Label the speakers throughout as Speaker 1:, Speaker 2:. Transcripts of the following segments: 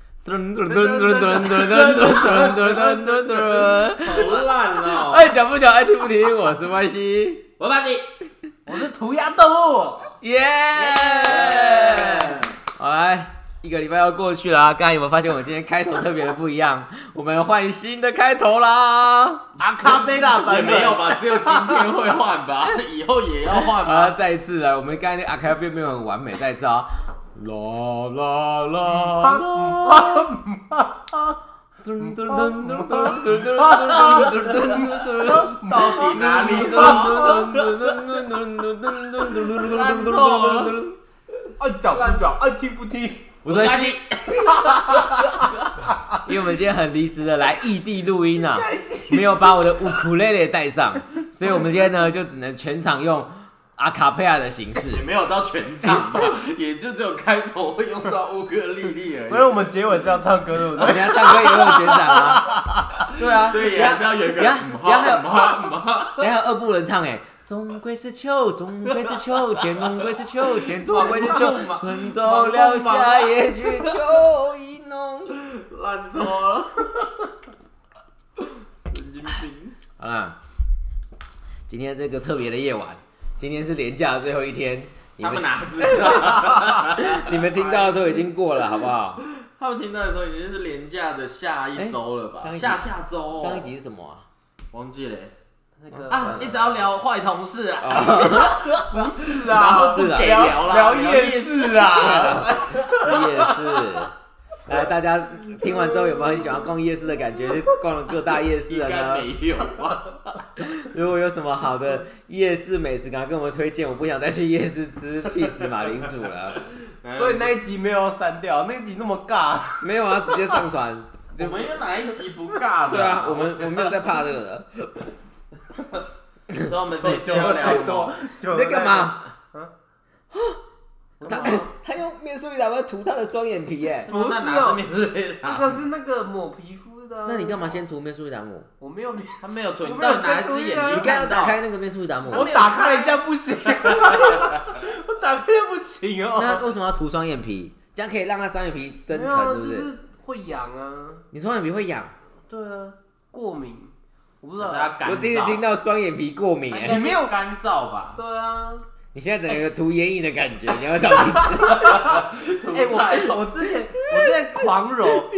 Speaker 1: 噔噔噔噔噔噔噔噔噔噔噔。
Speaker 2: 好烂哦！
Speaker 1: 爱讲不讲，哎爱听不听，我是 Y C，
Speaker 2: 我把你，
Speaker 3: 我是涂鸦动物。
Speaker 1: 耶！好来，一个礼拜要过去啦，刚才有没有发现我今天开头特别的不一样？我们换新的开头啦！
Speaker 3: 阿卡贝拉
Speaker 2: 也
Speaker 3: 版
Speaker 2: 没有
Speaker 3: 本，
Speaker 2: 吧？只有今天会换吧，以后也要换吧？
Speaker 1: 啊，再一次来，我们刚才那阿开并没有很完美，再一次啊！啦啦啦啦！ 噔噔噔噔噔噔噔噔 噔噔。
Speaker 2: 到底哪 里错？
Speaker 1: 我
Speaker 3: 爱讲不讲，爱听不听。
Speaker 1: 在
Speaker 2: 把，你，
Speaker 1: 因为我们今天很临时的来异地录音啊，没有把我的乌库丽丽带上，所以我们今天呢就只能全场用阿卡佩拉的形式
Speaker 2: 也。没有到全场吧？也就只有开头会用到乌克丽丽而已。
Speaker 3: 所以我们结尾是要唱歌，对不
Speaker 1: 我
Speaker 3: 对？
Speaker 1: 们要唱歌也用全场啊， 对啊，
Speaker 2: 所以也还是要有一个
Speaker 1: 等一下
Speaker 2: 嗯
Speaker 1: 等一下还有
Speaker 2: 哈嗯哈嗯哈。
Speaker 1: 等一下二部人唱哎、终归是秋，终归是秋天，终归是秋 天，终归是秋，春走了，夏夜去，秋意浓。
Speaker 2: 烂透了，神经病！
Speaker 1: 好啦，今天这个特别的夜晚，今天是连假的最后一天，你
Speaker 2: 他
Speaker 1: 们
Speaker 2: 们哪知道？
Speaker 1: 你们听到的时候已经过了，好不好？
Speaker 2: 他们听到的时候已经是廉价的下一周了吧？
Speaker 1: 哎上一集
Speaker 2: 下下周、哦，
Speaker 1: 上一集是什么啊？
Speaker 2: 忘记了欸、
Speaker 1: 那个
Speaker 2: 啊！一直要聊坏同事啊，
Speaker 3: 是
Speaker 1: 然
Speaker 3: 啊
Speaker 1: 后是啊
Speaker 2: 给
Speaker 3: 聊
Speaker 2: 啦，
Speaker 3: 聊
Speaker 2: 聊
Speaker 3: 夜市啊。
Speaker 1: 是夜市。来，大家听完之后有没有很喜欢逛夜市的感觉？去逛了各大夜市
Speaker 2: 应
Speaker 1: 了
Speaker 2: 该
Speaker 1: 呢？
Speaker 2: 没有 吧？
Speaker 1: 如果有什么好的夜市美食，赶快跟我们推荐。我不想再去夜市吃气死马铃薯了。
Speaker 3: 所以那一集没有删掉，那一集那么尬，
Speaker 1: 没有啊，直接上传。就
Speaker 2: 我们有哪一集不尬的？
Speaker 1: 对啊，我们我没有在怕这个的。
Speaker 2: 所以我们这
Speaker 3: 这
Speaker 2: 一次要聊
Speaker 3: 太
Speaker 2: 什
Speaker 3: 多
Speaker 2: 么？。
Speaker 3: 就
Speaker 1: 你在干嘛？
Speaker 3: 干
Speaker 1: 他
Speaker 3: 嘛？
Speaker 1: 他用面塑力达要涂他的双眼皮耶
Speaker 2: 什。么？那哪是面啊对
Speaker 3: 这
Speaker 2: 的？啊
Speaker 3: 个是那个抹皮肤的啊。
Speaker 1: 那你干嘛先涂面塑力达姆？
Speaker 3: 我没有，
Speaker 2: 他没有准，
Speaker 3: 我
Speaker 2: 你
Speaker 3: 没有
Speaker 2: 到底哪一只眼
Speaker 3: 没
Speaker 1: 你
Speaker 2: 睛
Speaker 3: 有
Speaker 1: 刚刚
Speaker 2: 看
Speaker 1: 要
Speaker 2: 到？
Speaker 1: 打开那个面塑力达姆，
Speaker 3: 我打开了一下不行，啊我打开了不行
Speaker 1: 那
Speaker 3: 哦。
Speaker 1: 为什么要涂双眼皮？这样可以让他双眼皮增
Speaker 3: 没有
Speaker 1: 层，
Speaker 3: 啊，
Speaker 1: 是
Speaker 3: 就
Speaker 1: 不是？
Speaker 3: 是会痒啊。
Speaker 1: 你双眼皮会痒，
Speaker 3: 对啊，过敏，我不知
Speaker 2: 可
Speaker 3: 道
Speaker 2: 是。它干
Speaker 1: 我第一次听
Speaker 2: 燥，
Speaker 1: 到双眼皮过敏
Speaker 2: 它应
Speaker 1: 哎。
Speaker 2: 该是没有干燥吧？
Speaker 3: 对啊，
Speaker 1: 你现在整个涂眼影的感觉，你要找 你
Speaker 3: 哎、我我之前我之前狂揉，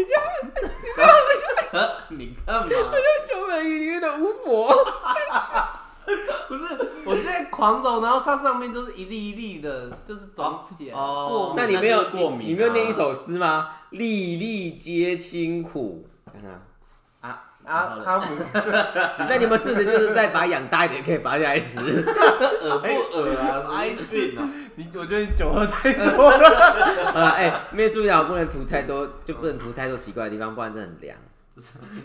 Speaker 2: 哎你干嘛？
Speaker 1: 小美里面的巫婆。
Speaker 3: 不是我之前狂揉，然后它上面就是一粒一粒的，就是肿起来。
Speaker 2: 哦
Speaker 3: 过敏
Speaker 1: 那你没有
Speaker 2: 那就是过敏啊
Speaker 1: 你你没有念一首诗吗？粒粒皆辛苦。看看
Speaker 2: 啊
Speaker 3: 啊，
Speaker 2: 好了
Speaker 3: 汤姆，
Speaker 1: 那你们试着就是再把痒大一点，可以拔下来吃。
Speaker 2: 恶不恶啊？
Speaker 3: 哎
Speaker 2: 神经病啊！
Speaker 3: 你我觉得你酒喝太多了。
Speaker 1: 啊，哎，面塑力达姆不能涂太多，就不能涂太多奇怪的地方，不然真的很凉。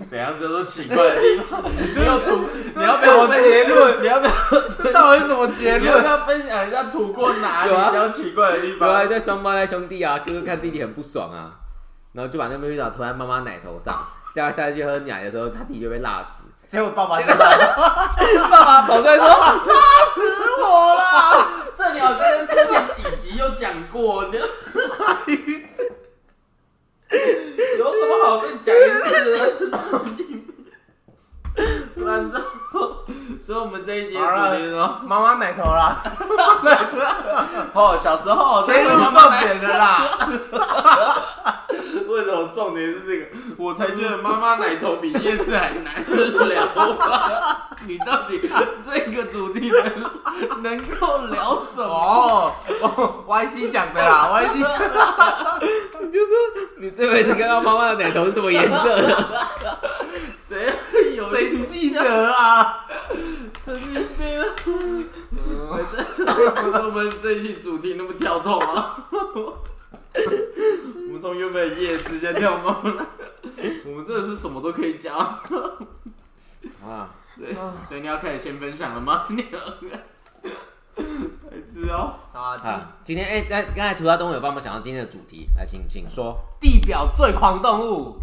Speaker 2: 怎样叫做奇怪的地方？你要吐，
Speaker 3: 这
Speaker 2: 你要不
Speaker 3: 是什
Speaker 2: 要
Speaker 3: 么 结
Speaker 2: 论？你要不要？
Speaker 3: 呃这到底是什么结
Speaker 2: 你要
Speaker 3: 论
Speaker 2: 不？要分享一下吐过哪里
Speaker 1: 有啊
Speaker 2: 比较奇怪的地
Speaker 1: 有啊，一
Speaker 2: 方？
Speaker 1: 对双胞胎兄弟啊，哥哥看弟弟很不爽啊，然后就把那面塑力达涂在妈妈奶头上，叫他下去喝奶的时候，他弟就被辣死。
Speaker 3: 结果爸爸知道，
Speaker 1: 爸爸跑出来说：“辣死我了
Speaker 2: 这里好像之前几集有讲过，你有什么好再讲一次的？神经病烂到，所以我们这一节主题是什么？
Speaker 3: 妈妈奶头啦，
Speaker 2: 哦，小时候
Speaker 3: 切入重点的啦。
Speaker 2: 为什么重点是这个？我才觉得妈妈奶头比夜市还难聊吧？你到底这个主题能能够聊什么？
Speaker 3: 哦哦，Y C 讲的啦，Y C！”
Speaker 1: 你就说你这辈子看到妈妈的奶头是什么颜色的？
Speaker 2: 谁会有
Speaker 3: 谁
Speaker 2: 谁
Speaker 3: 记得啊？
Speaker 2: 神经病啊！不是我们这一期主题那么跳动啊！我们从原本的夜市现在跳到妈妈奶，我们真的是什么都可以讲。
Speaker 1: 啊，
Speaker 2: 对，所以你要开始先分享了吗？你要开始哦。
Speaker 3: 啊，
Speaker 1: 啊，今天哎，那、刚才涂鸦东有帮我们想到今天的主题，来，请请说
Speaker 3: 地表最狂动物，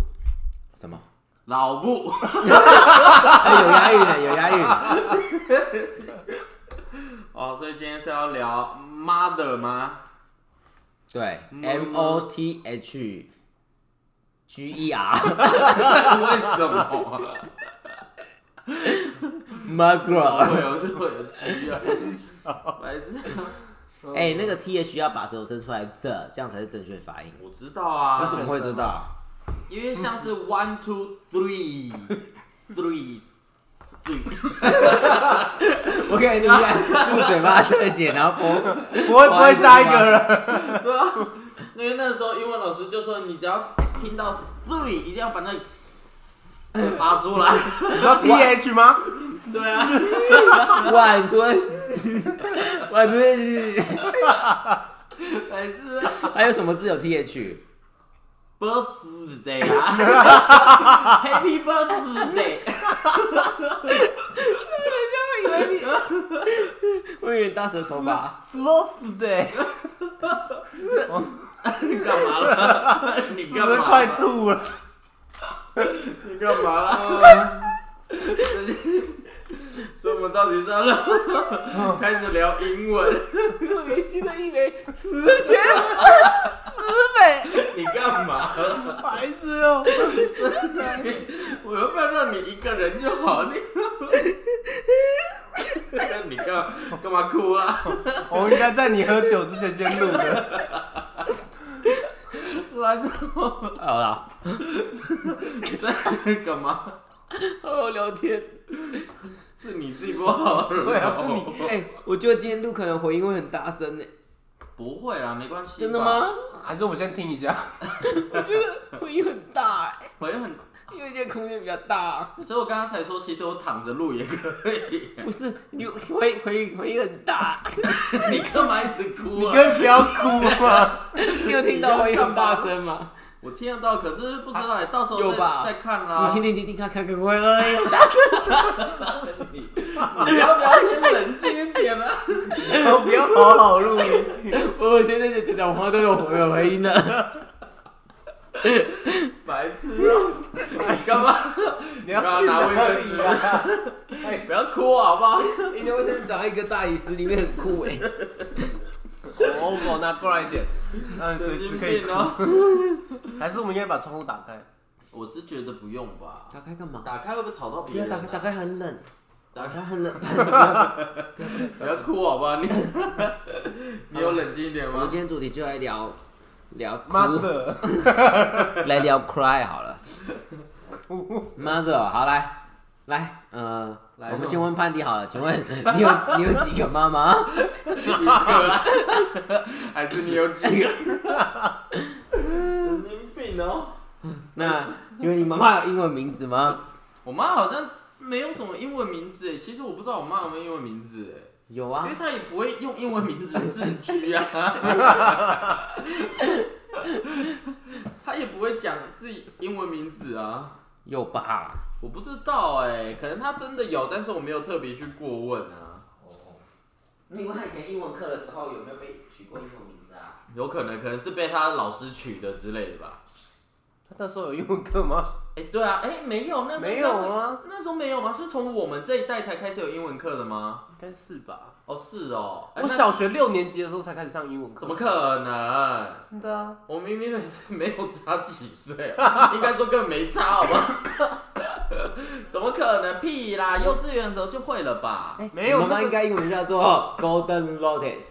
Speaker 1: 什么？
Speaker 2: 老布，
Speaker 1: 哎，有押韵的，有押韵。
Speaker 2: 哦，所以今天是要聊 mother 吗？
Speaker 1: 对
Speaker 2: 嗯
Speaker 1: ，M O T H G E R
Speaker 2: 为什么啊？
Speaker 1: mother。
Speaker 2: 会有是会有需要，啊白痴。
Speaker 1: 哎、那个 T H 要把舌头伸出来的，这样才是正确发音。
Speaker 2: 我知道啊，
Speaker 1: 那怎么会知道？
Speaker 2: 因为像是 one two three three three，
Speaker 1: 我可以录下 用嘴巴特写，然后 播。
Speaker 3: 不会不会下一个人？
Speaker 2: 对啊，因为那时候英文老师就说，你只要听到 three，一定要把那
Speaker 3: 哎
Speaker 2: 个发出来。
Speaker 3: 你知道 T H 吗？
Speaker 2: 对啊，
Speaker 1: 晚吞，晚吞，
Speaker 2: 白痴啊
Speaker 1: 还有什么字有 T H？
Speaker 2: ，birthday 啊 ，Happy birthday，
Speaker 1: 我以为你， 我以为你大舌头 吧？
Speaker 3: 哦 birthday，
Speaker 2: 你干嘛了？ 你
Speaker 3: 是
Speaker 2: 干嘛
Speaker 3: 不是
Speaker 2: 了？
Speaker 3: 快吐了？
Speaker 2: 你干嘛 啦？所以我们到底是要聊 开始聊英文？
Speaker 1: 特别新的一枚死绝死死美，
Speaker 2: 你干嘛？
Speaker 3: 白痴哦！
Speaker 2: 我要不要让你一个人就好？你 你干干嘛哭啊？
Speaker 3: 我们应该在你喝酒之前先录的。
Speaker 2: 然后
Speaker 1: 好了，
Speaker 2: 在干嘛？
Speaker 1: 好好聊天。
Speaker 2: 是你自己不好了？
Speaker 3: 对啊，是你
Speaker 1: 哎、我觉得今天录可能回音会很大声呢、
Speaker 2: 不会啦，没关系。
Speaker 1: 真的？吗？
Speaker 3: 还是我们先听一下。
Speaker 1: 我觉得回音很大、欸，
Speaker 2: 我也很，
Speaker 1: 因为这个空间比较大。
Speaker 2: 所以我刚刚才说，其实我躺着录也可 以。
Speaker 1: 不是你回回回音很大，
Speaker 2: 你干嘛一直哭
Speaker 3: 你
Speaker 2: 啊？
Speaker 3: 可以不要哭 嘛。
Speaker 1: 你有听到回音很大声吗？
Speaker 2: 我听得到，可是不知道哎，到时候
Speaker 1: 有
Speaker 2: 再
Speaker 1: 吧
Speaker 2: 再看啊啦。
Speaker 1: 你听听听听看看看回音很大。
Speaker 2: 你你要不要先冷静一点啊？
Speaker 3: 我不要好好录音。
Speaker 1: 我现在在讲话都有回有回音的。
Speaker 2: 白痴哦、你干嘛？
Speaker 3: 你
Speaker 2: 要去哪 里啊？
Speaker 3: 哎
Speaker 2: 不要哭好不好？
Speaker 1: 你的卫生纸长在一个大理石里面很酷哎、
Speaker 3: 我我拿过来一点，让你随
Speaker 2: 神
Speaker 3: 时
Speaker 2: 经
Speaker 3: 可以
Speaker 2: 病
Speaker 3: 哭。
Speaker 2: 哦、
Speaker 3: 还是我们应该把窗户打开？
Speaker 2: 我是觉得不用吧，
Speaker 1: 打开干嘛？
Speaker 2: 打开会不会吵到
Speaker 1: 不
Speaker 2: 别
Speaker 1: 要
Speaker 2: 人、啊
Speaker 1: 打开，打，开很冷，打开很冷。
Speaker 2: 不要哭好 不好？你你有冷静一点
Speaker 1: 我们
Speaker 2: 吗？
Speaker 1: 今天主题就来聊聊哭，
Speaker 3: 妈的！
Speaker 1: 来聊 cry 好了。Mother，好来来，呃，
Speaker 2: 来
Speaker 1: 我们先问潘迪好了，请问你有你有几个妈妈？
Speaker 2: 一个啊 还是你有几个？神经病哦、
Speaker 1: 那请问你妈妈有英文名字吗？
Speaker 2: 我妈好像没有什么英文名字哎，其实我不知道我妈有没有英文名字哎。
Speaker 1: 有
Speaker 2: 因
Speaker 1: 啊
Speaker 2: 为，他也不会用英文名字自 居啊，他也不会讲自己英文名字啊，
Speaker 1: 有吧？
Speaker 2: 我不知道哎、可能他真的有，但是我没有特别去过问啊，
Speaker 1: 哦你问他以前英文课的时候有没有被取过英文名字啊？
Speaker 2: 有可能可能是被他老师取的之类的吧。
Speaker 3: 他那时候有英文课吗？
Speaker 2: 哎、对啊，哎、没有，那时候
Speaker 3: 没有啊，
Speaker 2: 那时候没有吗？是从我们这一代才开始有英文课的吗？
Speaker 3: 应该是吧。
Speaker 2: 哦，是哦，哎那
Speaker 3: 我小学六年级的时候才开始上英文课。
Speaker 2: 怎么？可能？
Speaker 3: 真的啊！
Speaker 2: 我明明没有差几岁啊， 应该说根本没差，好吧？ 怎么可能？屁啦！幼稚园的时候就会了吧？
Speaker 3: 哎没有
Speaker 1: 妈
Speaker 3: 那
Speaker 1: 妈
Speaker 3: 个
Speaker 1: 应该英文叫做 Golden Lotus。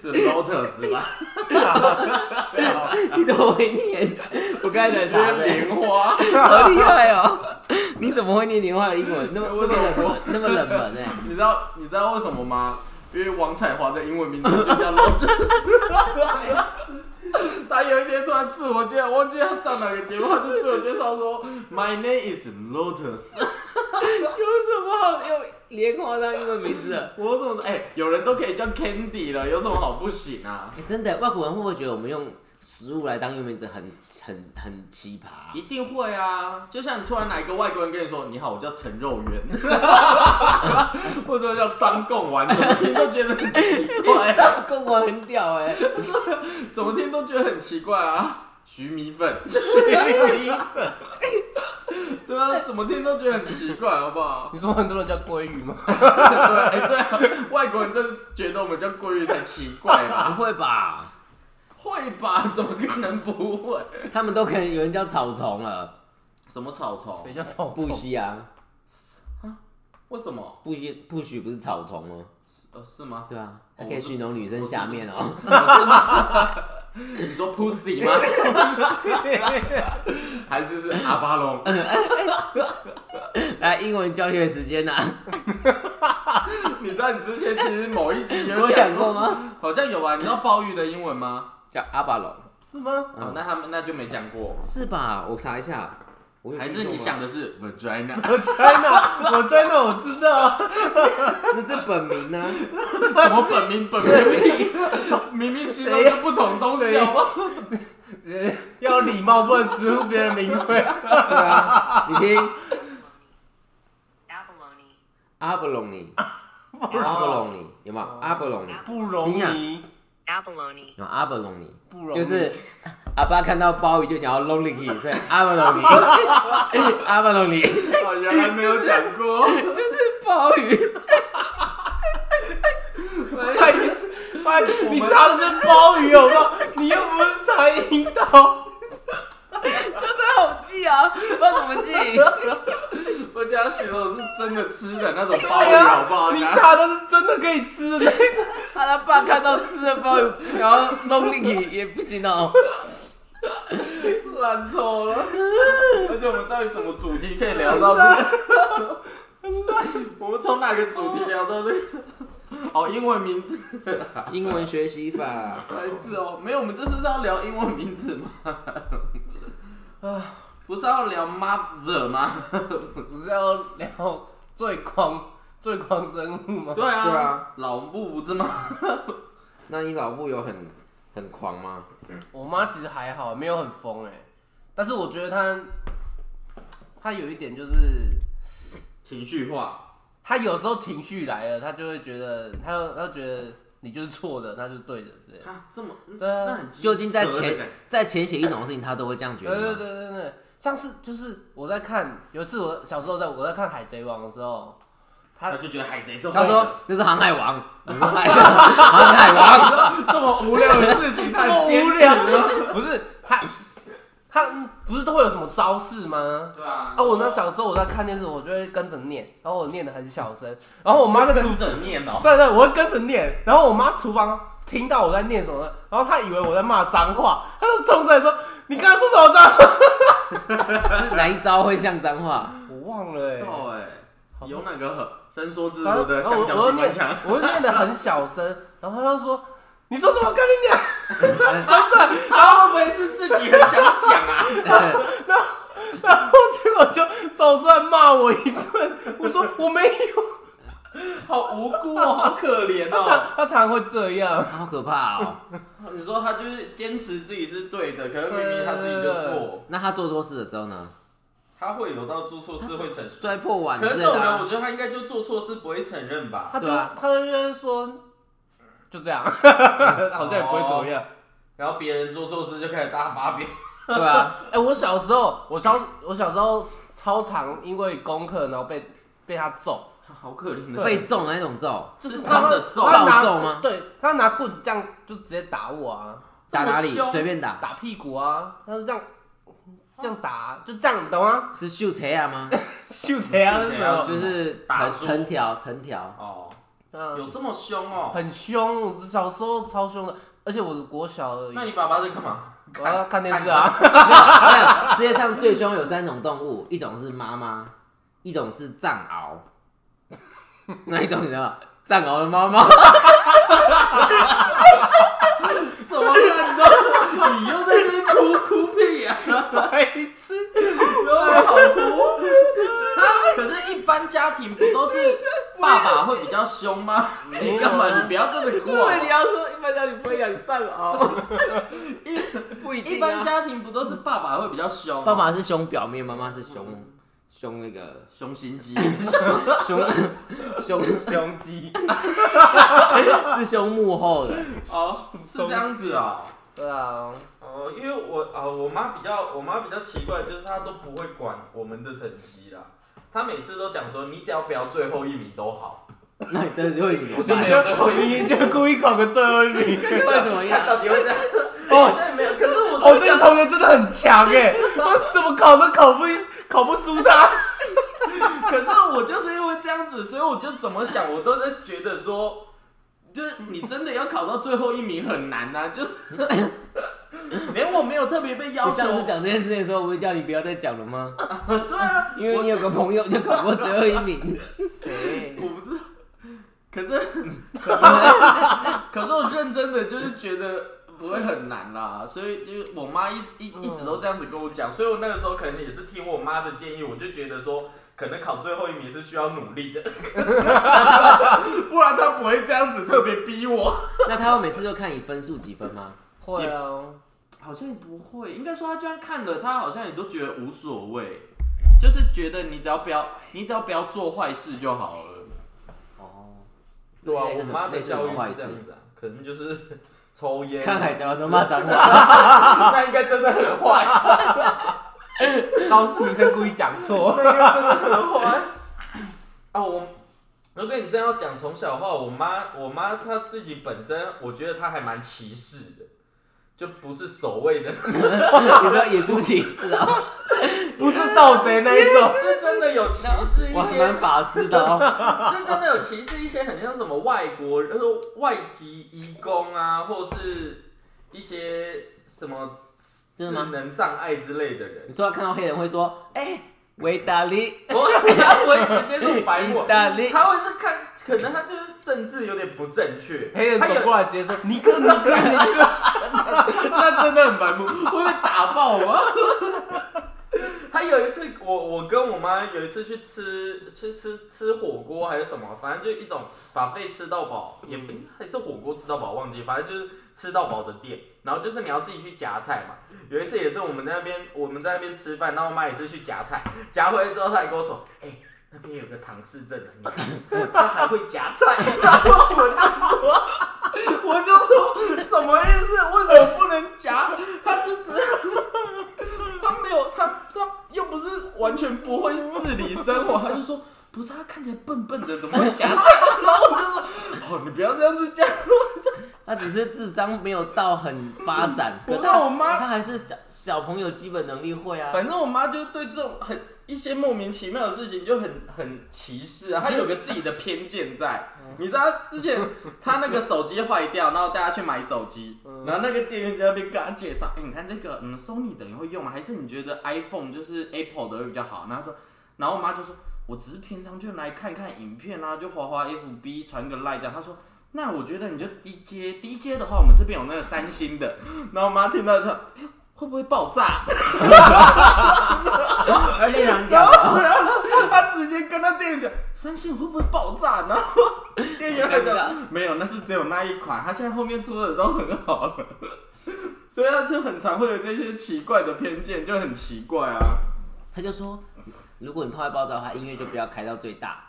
Speaker 2: 是 lotus 吧？
Speaker 1: 你怎么会念？我刚才在
Speaker 2: 这
Speaker 1: 查
Speaker 2: 是
Speaker 1: 的，
Speaker 2: 莲花。
Speaker 1: 好厉害哦！你怎么会念莲花的英文？ 那么
Speaker 2: 为什么我
Speaker 1: 那么冷门哎？
Speaker 2: 你知道你知道为什么吗？因为王彩华的英文名字就叫 lotus。他有一天突然自我介绍，忘记他上哪个节目，他就自我介绍说：“My name is Lotus。
Speaker 1: 有什么好用莲花当英文名字的”？
Speaker 2: 我怎么哎、有人都可以叫 Candy 了，有什么好不行啊？
Speaker 1: 哎，真的，外国人会不会觉得我们用食物来当英文名字很很很奇葩？
Speaker 2: 一定会啊！就像你突然来一个外国人跟你说：“你好，我叫陈肉圆， 或者叫张贡丸”，怎么听都觉得很奇怪，啊
Speaker 1: 跟我很屌哎！
Speaker 2: 怎么听都觉得很奇怪啊！徐米粉，对啊，怎么听都觉得很奇怪，好不好？
Speaker 3: 你说很多人叫鲑鱼吗？
Speaker 2: 对，哎、对啊，外国人真的觉得我们叫鲑鱼才奇 怪
Speaker 1: 不
Speaker 2: 吧？
Speaker 1: 会吧？
Speaker 2: 会吧？怎么可能不会？
Speaker 1: 他们都可能有人叫草丛了，
Speaker 2: 什么草丛
Speaker 3: 谁？叫草
Speaker 1: 布
Speaker 3: 丛？
Speaker 1: 希啊，
Speaker 2: 为什么？
Speaker 1: 布希布许不是草丛哦吗？
Speaker 2: 呃，是吗？
Speaker 1: 对啊，
Speaker 2: 哦
Speaker 1: 他可以形容女生下面哦。
Speaker 2: 你说 pussy 吗？ 还是是阿巴龙？
Speaker 1: 呃 来，英文教学时间啊呐、
Speaker 2: 你知道你之前其实某一集有
Speaker 1: 我讲过？吗？
Speaker 2: 好像有啊吧？你知道鲍鱼的英文吗？
Speaker 1: 叫阿巴龙
Speaker 3: 是吗？
Speaker 1: 嗯
Speaker 2: 哦，那他们那就没讲过。
Speaker 1: 是吧？我查一下，我有
Speaker 2: 还
Speaker 1: 记
Speaker 2: 是
Speaker 1: 错
Speaker 2: 你
Speaker 1: 吗
Speaker 2: 想的是 vagina？
Speaker 3: 我 China，我 China，我知道。啊
Speaker 1: 那是本名呢、
Speaker 2: 怎么本名本名 明明形容的不同东西好不好？
Speaker 3: 呃要礼貌，不能直呼别人名讳。
Speaker 1: 对 啊，你听
Speaker 4: abalone,
Speaker 1: 阿布隆尼，阿布哦隆尼有没有？阿布隆尼，
Speaker 3: 不容易，
Speaker 4: abalone,
Speaker 1: 有阿布隆尼，
Speaker 3: 不容易。
Speaker 1: 就是阿爸看到鲍鱼就想要 lonely，所以阿布隆 尼，阿布隆尼就
Speaker 2: 哦原来没有讲过。
Speaker 1: 是鲍鱼。
Speaker 3: 他一直，他你
Speaker 2: 我们
Speaker 3: 查的是鲍鱼，好不好？你又不是查引导。
Speaker 1: 真的好记啊，不知道怎么记。
Speaker 2: 我讲要形容的是真的吃的那种鲍
Speaker 3: 对
Speaker 2: 鱼，好
Speaker 3: 呀
Speaker 2: 不好？
Speaker 3: 你查的是真的可以吃的那种。
Speaker 1: 他他爸看到吃的鲍鱼，想要 lonely 也不行哦。
Speaker 2: 烂透了。而且我们到底什么主题可以聊到这 个？我们从哪个主题聊到这个？哦，英文名字，
Speaker 1: 英文学习法，
Speaker 2: 来自哦，没有，我们这是要聊英文名字 吗？啊，不是要聊 mother 吗？
Speaker 3: 不是要聊最狂最狂生物吗？
Speaker 2: 对啊，
Speaker 1: 对啊
Speaker 2: 老木不是吗？
Speaker 1: 那你老布有很很狂吗？
Speaker 3: 我妈其实还好，没有很疯哎、但是我觉得她，她有一点就是，
Speaker 2: 情绪化，
Speaker 3: 她有时候情绪来了，她就会觉得，她她觉得你就是错的，她就是对的之类的。
Speaker 2: 啊，这么，
Speaker 3: 对啊
Speaker 2: 那很
Speaker 1: 究竟在
Speaker 2: 鸡舌的
Speaker 1: 前
Speaker 2: 感觉
Speaker 1: 在前写一种事情，他都会这样觉
Speaker 3: 对
Speaker 1: 得
Speaker 3: 对
Speaker 1: 吗。
Speaker 3: 对对对，上次就是我在看，有一次我小时候在我在看《海贼王》的时候，他
Speaker 2: 他就觉得海贼是
Speaker 1: 他
Speaker 2: 坏
Speaker 1: 说
Speaker 2: 的
Speaker 1: 那是航海王，我说海航海 王，
Speaker 2: 这么无聊的事情，他
Speaker 3: 这么
Speaker 2: 很坚
Speaker 3: 无
Speaker 2: 持
Speaker 3: 聊，不是他他不是都会有什么招式吗？
Speaker 2: 对啊
Speaker 3: 啊，我那小时候我在看电视，我就会跟着念，然后我念的很小声，然后我妈在厨，
Speaker 2: 跟着念哦，
Speaker 3: 对对，我会跟着念，然后我妈厨房听到我在念什么，然后她以为我在骂脏话，她就冲出来说：“你刚才说什么脏话
Speaker 1: 是哪一招会像脏话？？”
Speaker 3: 我忘了哎、
Speaker 2: 到哎，
Speaker 3: 好
Speaker 2: 有哪个伸缩自
Speaker 3: 然后
Speaker 2: 如的
Speaker 3: 然后
Speaker 2: 橡
Speaker 3: 我
Speaker 2: 胶
Speaker 3: 我
Speaker 2: 机
Speaker 3: 念
Speaker 2: 关 枪？，
Speaker 3: 我念的很小声，然后她就说：“你说什么？跟你讲。”超帅，然
Speaker 2: 他
Speaker 3: 后
Speaker 2: 会不会是自己很想讲啊？
Speaker 3: 然后结果就走出来骂我一顿，我说我没有，
Speaker 2: 好无辜哦，好可怜
Speaker 3: 她
Speaker 2: 哦。
Speaker 3: 常她常会这样。
Speaker 1: 好可怕哦！
Speaker 2: 你说他就是坚持自己是对的，可是明明他自己就错，
Speaker 1: 那他做错事的时候呢？
Speaker 2: 他会有到做错事会承认。
Speaker 1: 摔破碗之
Speaker 2: 可是
Speaker 1: 类
Speaker 2: 这
Speaker 1: 的
Speaker 2: 种人，我
Speaker 1: 啊。
Speaker 2: 觉得他应该就做错事不会承认吧？
Speaker 3: 他就、
Speaker 1: 对啊
Speaker 3: 他就是说，就这样， 好像也不会怎么样。
Speaker 2: 然后别人做错事就开始大发表。
Speaker 1: 对啊，
Speaker 3: 哎、我小时候，我小我小时候超常因为功课，然后被被他揍，
Speaker 2: 好可怜
Speaker 3: 对
Speaker 1: 被揍哪一种揍？
Speaker 3: 就是
Speaker 2: 是
Speaker 3: 他
Speaker 2: 真的
Speaker 3: 会
Speaker 2: 揍
Speaker 3: 他
Speaker 1: 暴
Speaker 3: 拿
Speaker 1: 揍吗
Speaker 3: 对，他拿棍子这样就直接打我啊，
Speaker 1: 打哪里
Speaker 2: 这么？凶
Speaker 1: 随便打，
Speaker 3: 打屁股啊，他就这样这样打，啊就这样，你懂吗？
Speaker 1: 是秀锤啊吗？
Speaker 3: 秀谁啊？是什么？
Speaker 1: 就是
Speaker 2: 打
Speaker 1: 藤
Speaker 2: 输
Speaker 1: 藤条，藤条。
Speaker 2: 哦，有
Speaker 3: 嗯，
Speaker 2: 这么凶哦？
Speaker 3: 很凶，我小时候超凶的，而且我是国小而
Speaker 2: 那
Speaker 3: 已，
Speaker 2: 你爸爸在干嘛？
Speaker 3: 我要看电视啊。
Speaker 1: 没有世界上最凶有三种动物，一种是妈妈，一种是藏獒， 那一种你知道吗？藏獒的妈 妈，
Speaker 2: 什么烂的？你又在那边哭哭屁啊 呀、
Speaker 3: 白痴，
Speaker 2: 有好哭。可是，一般家庭不都是爸爸会比较凶吗？
Speaker 3: 啊
Speaker 2: 你干嘛？你不要真的哭啊！
Speaker 1: 要说一般家里不会养藏獒，不一
Speaker 3: 啊
Speaker 2: 一般家庭不都是爸爸会比较凶？
Speaker 1: 爸爸是凶表面，妈妈是凶凶那个
Speaker 2: 凶心机，
Speaker 1: 凶 凶
Speaker 3: 胸肌。
Speaker 1: 是凶幕后的。
Speaker 2: 哦，是这样子啊、
Speaker 3: 对啊，
Speaker 2: 哦，因为我啊、我妈比较，我妈比较奇怪，就是她都不会管我们的成绩啦。她每次都讲说，你只要不要最后一名都好。
Speaker 1: 那你真的会你
Speaker 2: 就没有最后一名
Speaker 3: 你就故意考个最后一名，
Speaker 1: 会怎么
Speaker 2: 看
Speaker 1: 样？
Speaker 2: 到底会这样？
Speaker 1: 哦
Speaker 2: 好像也没有，可是我
Speaker 3: 哦，这个同学真的很强哎，我怎么考都考不考不输他。
Speaker 2: 可是我就是因为这样子，所以我就怎么想，我都在觉得说，就是你真的要考到最后一名很难呐、就是 连我没有特别被要
Speaker 1: 我
Speaker 2: 求
Speaker 1: 上，次讲这件事情的时候，我就叫你不要再讲了吗？
Speaker 2: 对啊，
Speaker 1: 因为
Speaker 2: 我
Speaker 1: 你有个朋友就考过最后一名，
Speaker 2: 我不知道，可是 可是可是我认真的就是觉得。不会很难啦，所以就是我妈一直一一直都这样子跟我讲，所以我那个时候可能也是听我妈的建议，我就觉得说，可能考最后一名是需要努力的，不然她不会这样子特别逼我。
Speaker 1: 那他会每次就看你分数几分吗？
Speaker 3: 会啊，
Speaker 2: 好像也不会，应该说他就算看了，他好像也都觉得无所谓，就是觉得你只要不要，你只要不要做坏事就好了。
Speaker 1: 哦，
Speaker 2: 对啊，
Speaker 1: 类似
Speaker 2: 我
Speaker 1: 什么
Speaker 2: 妈的
Speaker 1: 类似什么
Speaker 2: 教育
Speaker 1: 坏
Speaker 2: 是
Speaker 1: 事
Speaker 2: 这样子啊，可能就是 抽烟，
Speaker 1: 看海贼王都骂脏 话，
Speaker 2: 那应该真的很坏，
Speaker 3: 招式名称故意讲错。
Speaker 2: 那应该真的很坏。啊，我如果你真要讲从小的话，我妈我妈她自己本身，我觉得她还蛮歧视的，就不是所谓 的
Speaker 1: 你说野猪骑士啊，
Speaker 3: 不是盗贼那一 种，
Speaker 2: 是真的有歧视一
Speaker 1: 我还
Speaker 2: 些
Speaker 1: 蛮法师的哦。
Speaker 2: 是真的有歧视一些很像什么外国人，就是外籍移工啊，或是一些什么智
Speaker 1: 真的吗
Speaker 2: 能障碍之类的人
Speaker 1: 你。说看到黑人会说，哎，维达利，
Speaker 2: 我我会直接弄白我
Speaker 1: 意，大利，
Speaker 2: 他会是看，可能他就是政治有点不正确。
Speaker 3: 黑人
Speaker 2: 他有
Speaker 3: 走过来直接说：“ 尼哥，尼哥，尼哥。
Speaker 2: 那真的很白目，会被打爆吗？ 他有一次，我我跟我妈有一次去吃去吃吃火锅还是什么，反正就一种把费吃到饱，也不还是火锅吃到饱，忘记，反正就是吃到饱的店。然后就是你要自己去夹菜嘛。有一次也是我们在那边我们在那边吃饭，然后我妈也是去夹菜，夹回来之后她还跟我说，哎、那边有个唐氏症的，你看 他还会夹菜， 然后我就说，我就说什么意思？为什么不能夹？他就只 他没有他他又不是完全不会自理生活，他就说不是他看起来笨笨的，怎么会夹菜？然后我就说哦，你不要这样子讲。
Speaker 1: 他只是智商没有到很发展，
Speaker 2: 我
Speaker 3: 嗯
Speaker 1: 可他
Speaker 2: 那我妈
Speaker 1: 他还是小小朋友基本能力会啊。
Speaker 2: 反正我妈就对这种很一些莫名其妙的事情就很很歧视啊，她有个自己的偏见在。你知道她之前她那个手机坏掉，然后带她去买手机，然后那个店员在那边跟她介绍，哎、你看这个，嗯，Sony 的你会用吗？还是你觉得 iPhone 就是 Apple 的会比较好？然后她说，然后我妈就说，我只是平常就来看看影片啊，就滑滑 FB 传个 line 这样。她说。那我觉得你就低阶，低阶的话，我们这边有那个三星的。然后我妈听到就说：“哎呦会不会爆炸？”
Speaker 1: 而且很
Speaker 2: 然
Speaker 1: 屌
Speaker 2: 后
Speaker 1: 啊，
Speaker 2: 然后他直接跟那店员讲，三星会不会爆炸？然 后店员还
Speaker 1: 尴尬
Speaker 2: 讲没有，那是只有那一款，他现在后面出的都很好 了。所以他就很常会有这些奇怪的偏见，就很奇怪啊，
Speaker 1: 他就说，如果你怕会爆炸的话，音乐就不要开到最大，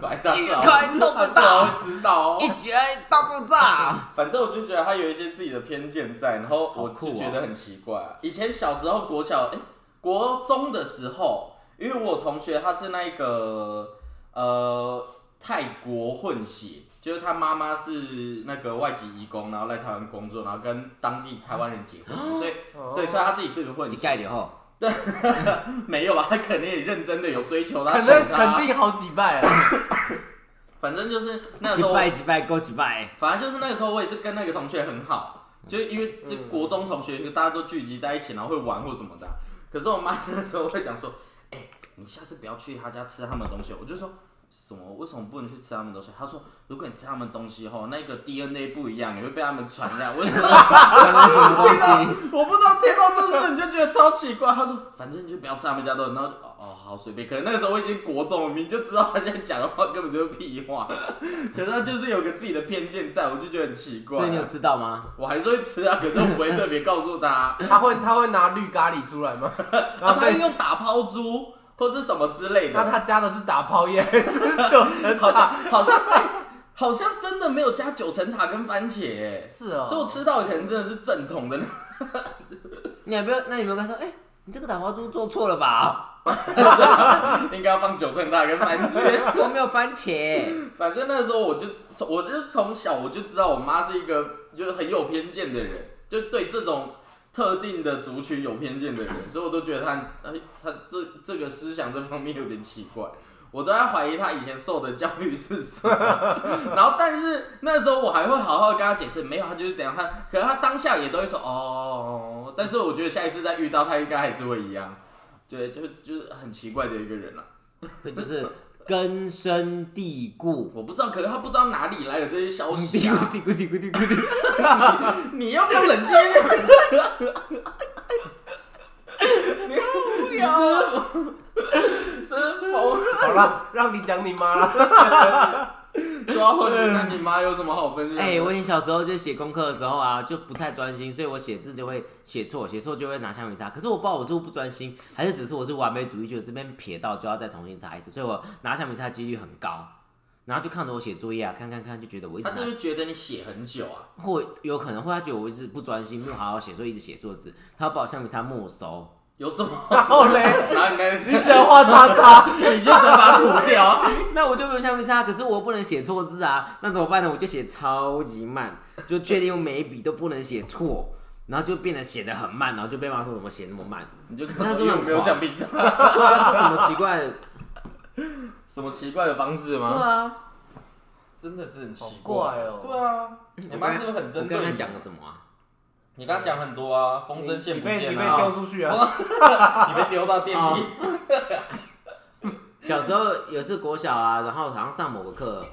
Speaker 2: 白大
Speaker 1: 一
Speaker 2: 嫂，
Speaker 1: 开都不
Speaker 2: 他
Speaker 1: 大
Speaker 2: 早知道哦、
Speaker 1: 一起来大爆炸。
Speaker 2: 反正我就觉得他有一些自己的偏见在，然后我就觉得很奇怪、啊。以前小时候国小，哎、国中的时候，因为我有同学他是那个呃泰国混血，就是他妈妈是那个外籍移工，然后来台湾工作，然后跟当地台湾人结
Speaker 3: 啊
Speaker 2: 婚，所以
Speaker 3: 哦
Speaker 2: 对，所以他自己是
Speaker 3: 嗯
Speaker 2: 个混
Speaker 1: 一
Speaker 2: 血，
Speaker 1: 盖以后，
Speaker 2: 没有吧？他肯定也认真的有追求”啦，
Speaker 3: 肯
Speaker 2: 他
Speaker 3: 定
Speaker 2: 娶她
Speaker 3: 肯，定好几拜啊！
Speaker 2: 反正就是那
Speaker 1: 几
Speaker 2: 时候
Speaker 1: 拜几拜够几 拜，
Speaker 2: 反正就是那个时候，我也是跟那个同学很好，
Speaker 1: 嗯
Speaker 2: 就是因为就国中同学，大家都聚集在一起，然后会玩或什么的啊。可是我妈那时候会讲说：“哎、你下次不要去他家吃他们的东西。”我就说。什么？为什么不能去吃他们的东西？她说，如果你吃他们的东西后，那个 DNA 不一样，你会被他们传染。我就说，
Speaker 1: 关他什么关系？
Speaker 2: 我不知道听到这时候你就觉得超奇怪。他说，反正你就不要吃他们家的，然后就哦哦好随便。可能那个时候我已经国中，我明明就知道他现在讲的话根本就是屁话，可是他就是有个自己的偏见在，我就觉得很奇怪。啊
Speaker 1: 所以你有知道吗？
Speaker 2: 我还是会吃啊，可是我不会特别告诉他。
Speaker 3: 他会他会拿绿咖喱出 来吗？
Speaker 2: 然 后
Speaker 3: 然后
Speaker 2: 啊他
Speaker 3: 被
Speaker 2: 用打抛猪或是什么之类的，
Speaker 3: 那他啊加的是打 泡液还是九层
Speaker 2: 好像
Speaker 3: 塔？
Speaker 2: 好像在好像真的没有加九层塔跟番茄、欸，
Speaker 3: 是哦
Speaker 2: 所以我吃到的可能真的是正统的那。
Speaker 1: 你有没有？那你有没有跟他说？哎、你这个打包猪做错了 吧？
Speaker 2: 应该要放九层塔跟番茄。
Speaker 1: 我没有番茄。
Speaker 2: 反正那时候我就我就从小我就知道我妈是一个就是很有偏见的人，就对这种特定的族群有偏见的人，所以我都觉得他他他这这个思想这方面有点奇怪。我都在怀疑他以前受的教育是什么，然后但是那时候我还会好好地跟他解释，没有他就是怎样，他可能他当下也都会说哦，但是我觉得下一次再遇到他应该还是会一样，对，就就是很奇怪的一个人啊，
Speaker 1: 这就是根深蒂 固。
Speaker 2: 我不知道，可能他不知道哪里来的这些 消
Speaker 1: 蒂
Speaker 2: 息
Speaker 1: 固
Speaker 2: 啊，
Speaker 1: 蒂固蒂固蒂固蒂固，
Speaker 2: 你要不要冷静一点？
Speaker 1: 无聊。
Speaker 2: 真是疯了，
Speaker 3: 好了，让你讲你妈了。
Speaker 2: 对啊，或者那你妈有什么好分享的？
Speaker 1: 哎、我以前小时候就写功课的时候啊，就不太专心，所以我写字就会写错，写错就会拿橡皮擦。可是我不知道我是不是不专心，还是只是我是完美主义，就这边撇到就要再重新擦一次，所以我拿橡皮擦几率很高。然后就看着我写作业啊，看看看，就觉得我一直
Speaker 2: 他
Speaker 1: 拿
Speaker 2: 是不是觉得你写很久啊？
Speaker 1: 或有可能会他觉得我一直不专心，没有好好写，所以一直写错字，他要把我橡皮擦没收。
Speaker 2: 有什么？
Speaker 3: 然后嘞，
Speaker 2: 然后你那
Speaker 3: 你只要画叉叉，
Speaker 2: 你就只能把它涂掉啊。
Speaker 1: 那我就没有橡皮擦，可是我不能写错字啊，那怎么办呢？我就写超级慢，就确定我每一笔都不能写错，然后就变得写的很慢，然后就被骂说怎么写那么慢，
Speaker 2: 你就
Speaker 1: 他
Speaker 2: 看
Speaker 1: 是不
Speaker 2: 说
Speaker 1: 是
Speaker 2: 有
Speaker 1: 很
Speaker 2: 没有
Speaker 1: 狂
Speaker 2: 橡皮擦？
Speaker 1: 对啊，这什么奇怪？的？
Speaker 2: 什么奇怪的方式
Speaker 1: 对
Speaker 2: 吗？
Speaker 1: 啊，
Speaker 2: 真的是很奇
Speaker 3: 好怪哦
Speaker 2: 对啊，你妈是不是很针
Speaker 1: 我
Speaker 2: 对
Speaker 1: 刚
Speaker 2: 你？
Speaker 1: 才讲了什么啊？
Speaker 2: 你刚刚讲很多啊，风筝
Speaker 3: 你
Speaker 2: 线不
Speaker 3: 被你
Speaker 2: 见
Speaker 3: 被
Speaker 2: 啊，
Speaker 3: 丢出去啊！
Speaker 2: 你被丢到电梯
Speaker 1: 哦。小时候有一次国小啊，然后好像上某个课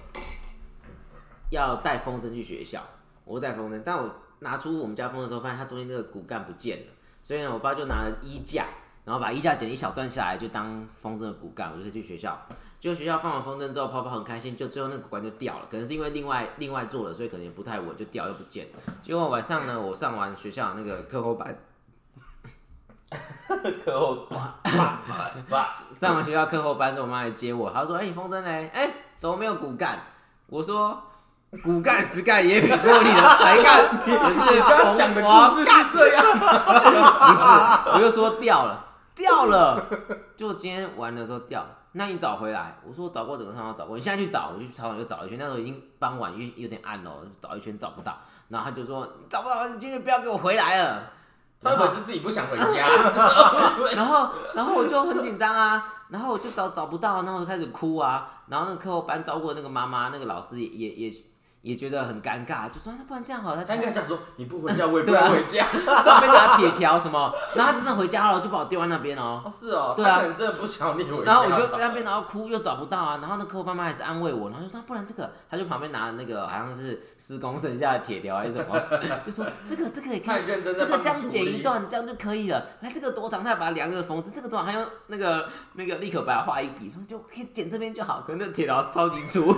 Speaker 1: 要带风筝去学校，我带风筝，但我拿出我们家风筝的时候，发现它中间那个骨干不见了，所以呢，我爸就拿了衣架，然后把衣架剪一小段下来，就当风筝的骨干，我就可以去学校。就学校放完风筝之后，泡泡很开心，就最后那个骨干就掉了，可能是因为另外另外做了，所以可能也不太稳，就掉又不见了。结果晚上呢，我上完学校那个课后班，
Speaker 2: 课后爸爸爸，
Speaker 1: 上完学校课后班之后，我妈来接我，她说：“哎、你风筝嘞？哎、怎么没有骨干？”我说：“骨干实干也比不过你的才干，你是
Speaker 2: 刚刚讲的故事是这样。
Speaker 1: 不是，我就说掉了，掉了，就今天玩的时候掉。那你找回来，我说我找过整个操场找过，你现在去找，我就去操场又找了一圈，那时候已经傍晚，有有点暗了，找一圈找不到，然后他就说你找不到，你今天不要给我回来了。
Speaker 2: 他会不会是自己不想回家？
Speaker 1: 然后，然后我就很紧张啊，然后我就找找不到，然后我就开始哭啊。然后那个课后班招过那个妈妈，那个老师也也也也觉得很尴尬，就说那不然这样好了，他
Speaker 2: 他应
Speaker 1: 就
Speaker 2: 该想说，你不回家，我也不
Speaker 1: 对啊
Speaker 2: 会回家。
Speaker 1: 他被拿铁条什么，然后他真的回家了，就把我丢在那边哦。
Speaker 2: 哦，是哦，
Speaker 1: 对啊
Speaker 2: 他可能真的不想你回家。
Speaker 1: 然后我就在那边，然后哭又找不到啊，然后那课后班妈还是安慰我，然后就说不然这个，他就旁边拿那个好像是施工剩下的铁条还是什么， 就说这个这个也可
Speaker 2: 太
Speaker 1: 以
Speaker 2: 认真在
Speaker 1: 这个
Speaker 2: 帮
Speaker 1: 这样
Speaker 2: 你
Speaker 1: 剪
Speaker 2: 处
Speaker 1: 一
Speaker 2: 理。
Speaker 1: 段，这样就可以了。来，这个多长？他把它量个缝制，这个多长？还用那个那个立可白画一笔，说就可以剪这边就好。可能那铁条超级 粗，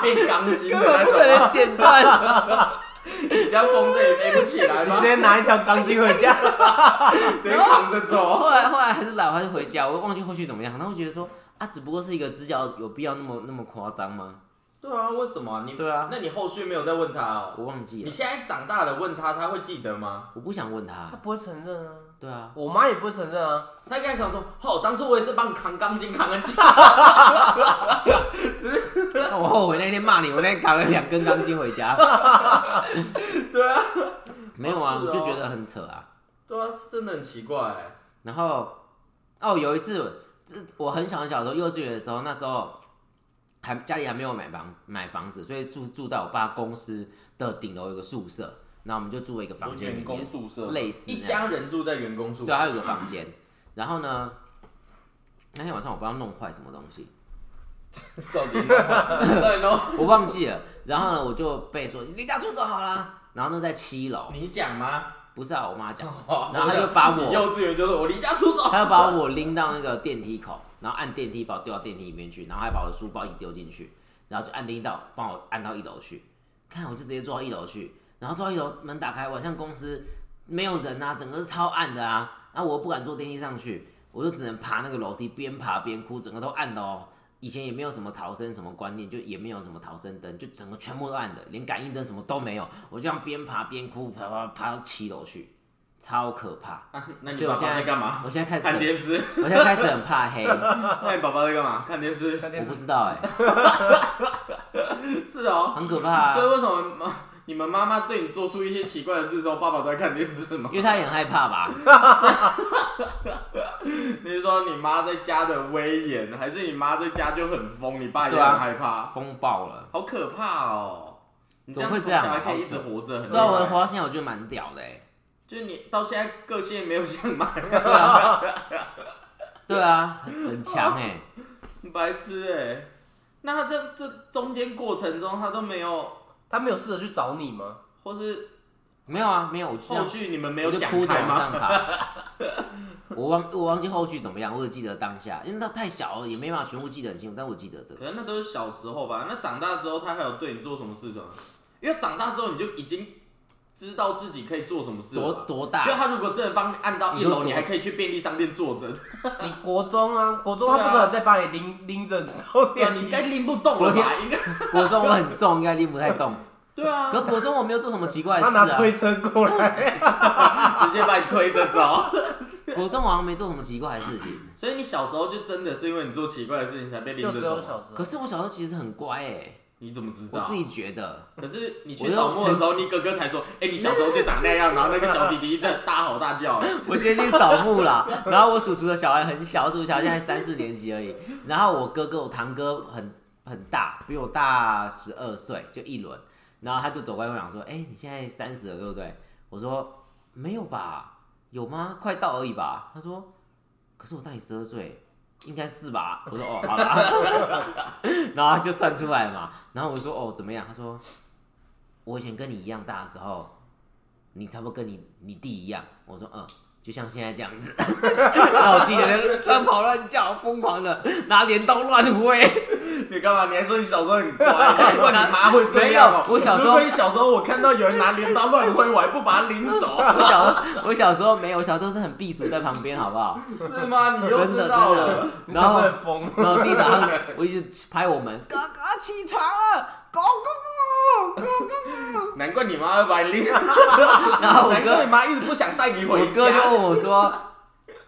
Speaker 2: 变钢筋的
Speaker 1: 根本
Speaker 2: 那
Speaker 1: 不
Speaker 2: 种
Speaker 1: 可能
Speaker 2: 啊，
Speaker 1: 剪断。
Speaker 2: 人家风筝也飞不起来
Speaker 3: 你
Speaker 2: 吗
Speaker 3: 直？接拿一条钢筋回家，
Speaker 2: 直接扛着走。
Speaker 1: 后来后来还是来，我还是回家，我忘记后续怎么样。然后我觉得说啊，只不过是一个支教，有必要那么那么夸张吗？
Speaker 2: 对啊，为什么啊你？
Speaker 1: 对啊
Speaker 2: 那你后续没有再问他哦？
Speaker 1: 我忘记
Speaker 2: 你
Speaker 1: 了，
Speaker 2: 现在长大了问他，他会记得吗？
Speaker 1: 我不想问
Speaker 3: 他
Speaker 1: 他。
Speaker 3: 不会承认啊。
Speaker 1: 对啊，
Speaker 3: 我妈也不会承认啊。
Speaker 2: 他应该想说，哦，当初我也是帮你扛钢筋扛很久，
Speaker 1: 那我后悔那天骂你，我那天扛了两根钢筋回家。
Speaker 2: 对啊，
Speaker 1: 没有啊，
Speaker 2: 哦是
Speaker 1: 我
Speaker 2: 哦
Speaker 1: 就觉得很扯啊。
Speaker 2: 对啊，是真的很奇怪欸。
Speaker 1: 然后哦，有一次，这我很小很小的时候，幼稚园的时候，那时候还家里还没有买房买房子，所以住住在我爸公司的顶楼有个宿舍，那我们就住了一个房间里面，
Speaker 2: 宿舍
Speaker 1: 类似那
Speaker 2: 一
Speaker 1: 样
Speaker 2: 家人住在员工宿
Speaker 1: 对，啊
Speaker 2: 舍，
Speaker 1: 还有一个房间。然后呢，那天晚上我不知道弄坏什么东西，
Speaker 2: 到底 对喽？
Speaker 1: 我忘记了。然后呢，我就被说你离家出走好啦。然后呢，在七楼，
Speaker 2: 你讲吗？
Speaker 1: 不是啊，我妈讲的，
Speaker 2: 哦
Speaker 1: 然后他就把我
Speaker 2: 你 幼稚园就说我离家出走，
Speaker 1: 他要把我拎到那个电梯口，然后按电梯把我丢到电梯里面去，然后还把我的书包一起丢进去，然后就按电梯到帮我按到一楼去。看，我就直接坐到一楼去，然后坐到一楼门打开，晚上公司没有人啊，整个是超暗的啊，然后我又不敢坐电梯上去，我就只能爬那个楼梯，边爬边哭，整个都暗的哦。以前也没有什么逃生什么观念，就也没有什么逃生灯，就整个全部都暗的，连感应灯什么都没有。我就这样边爬边哭，爬爬爬到七楼去，超可怕。
Speaker 2: 啊那
Speaker 1: 所
Speaker 2: 你
Speaker 1: 以我
Speaker 2: 爸
Speaker 1: 现
Speaker 2: 爸
Speaker 1: 在
Speaker 2: 在干嘛？
Speaker 1: 我现在开始
Speaker 2: 看
Speaker 1: 很
Speaker 2: 电视。
Speaker 1: 我现在开始很怕黑，我
Speaker 2: 那你爸爸在干嘛？看电视。
Speaker 1: 不知道哎、
Speaker 2: 是哦，
Speaker 1: 很可怕、
Speaker 2: 所以
Speaker 1: 啊。
Speaker 2: 为什么妈你们妈妈对你做出一些奇怪的事的时候，爸爸都在看电视吗
Speaker 1: 因？为他也很害怕吧？
Speaker 2: 你是说你妈在家的威严，还是你妈在家就很疯，你爸也
Speaker 1: 对啊
Speaker 2: 很害怕？
Speaker 1: 风暴了。
Speaker 2: 好可怕哦！你
Speaker 1: 怎么会
Speaker 2: 从
Speaker 1: 这样
Speaker 2: 小
Speaker 1: 啊
Speaker 2: 还可以一
Speaker 1: 好
Speaker 2: 直活着，很
Speaker 1: 对啊，
Speaker 2: 厉害
Speaker 1: 我的活到现在我觉得蛮屌的欸
Speaker 2: 就是你到现在个性也没有像妈，
Speaker 1: 对啊，对啊，很很强哎。
Speaker 2: 很白痴哎、那他这这中间过程中，他都没有，
Speaker 3: 他没有试着去找你吗？
Speaker 2: 或是
Speaker 1: 没有啊，没有，我就这
Speaker 2: 后
Speaker 1: 样
Speaker 2: 续你们没
Speaker 1: 我
Speaker 2: 有
Speaker 1: 就
Speaker 2: 讲
Speaker 1: 哭着
Speaker 2: 开
Speaker 1: 往
Speaker 2: 吗？
Speaker 1: 上爬。我忘我忘记后续怎么样，我只记得当下，因为他太小了，也没办法全部记得很清楚，但我记得这个。
Speaker 2: 可能那都是小时候吧。那长大之后，他还有对你做什么事情吗？因为长大之后你就已经知道自己可以做什么事
Speaker 1: 多
Speaker 2: 了吧。
Speaker 1: 多大
Speaker 2: 啊就？他如果真的帮你按到
Speaker 1: 你
Speaker 2: 一
Speaker 1: 就
Speaker 2: 楼，
Speaker 1: 走
Speaker 2: 你还可以去便利商店坐 着，
Speaker 3: 你国中啊，国中他
Speaker 2: 对啊
Speaker 3: 不可能再把你拎拎着到
Speaker 2: 对啊，
Speaker 3: 店
Speaker 2: 你应
Speaker 3: 里。
Speaker 2: 该拎不动了
Speaker 1: 昨
Speaker 2: 吧？应该
Speaker 1: 国中我很重，应该拎不太动。
Speaker 2: 对啊，
Speaker 1: 可国中我没有做什么奇怪的
Speaker 3: 他
Speaker 1: 事
Speaker 3: 拿
Speaker 1: 啊。
Speaker 3: 推车过来，
Speaker 2: 直接把你推着走。
Speaker 1: 国中好像没做什么奇怪的事情。
Speaker 2: 所以你小时候就真的是因为你做奇怪的事情才被拎
Speaker 3: 就
Speaker 2: 着
Speaker 3: 只有
Speaker 2: 走吗，
Speaker 3: 小时候。
Speaker 1: 可是我小时候其实很乖哎、
Speaker 2: 你怎么知
Speaker 1: 我
Speaker 2: 道？
Speaker 1: 自己觉得。
Speaker 2: 可是你
Speaker 1: 我
Speaker 2: 去
Speaker 1: 就
Speaker 2: 扫墓的时候，你哥哥才说：“哎、你小时候就长那样。”然后那个小弟弟一直在大吼大叫。
Speaker 1: 我今天去扫墓啦，然后我叔叔的小孩很小，叔叔小孩现在三四年级而已。然后我哥哥，我堂哥很很大，比我大十二岁，就一轮。然后他就走过来跟我讲说：“哎、你现在三十了，对不对？”我说：“没有吧？有吗？快到而已吧。”他说：“可是我大你十二岁，应该是吧？”我说：“哦，好啦。”然后他就算出来嘛。然后我说：“哦，怎么样？”他说：“我以前跟你一样大的时候，你差不多跟你你弟一样。”我说：“嗯。”就像现在这样子， 然后我弟在乱跑乱叫，疯狂的拿镰刀乱挥。
Speaker 2: 你干嘛？你还说你小时候很乖？ 难怪你妈会这样哦、
Speaker 1: 没有我小时候
Speaker 2: 如果你小时候我看到有人拿镰刀乱挥，我还不把他领走，啊
Speaker 1: 我小我小时候没有，我小时候是很避暑在旁边，好不好？
Speaker 2: 是吗？你又
Speaker 1: 真
Speaker 2: 知
Speaker 1: 的真
Speaker 2: 道
Speaker 1: 的
Speaker 2: 了。。
Speaker 3: 你
Speaker 1: 然
Speaker 3: 小
Speaker 1: 后
Speaker 3: 时候很疯。
Speaker 1: 然后弟早上我一直拍我们，哥哥起床了，狗咕咕 咕咕
Speaker 2: 难怪你妈会把你 拎。
Speaker 1: 咕。然后我
Speaker 2: 难怪
Speaker 1: 哥
Speaker 2: 你妈一直不想带你回
Speaker 1: 我哥就
Speaker 2: 家。
Speaker 1: 问我说，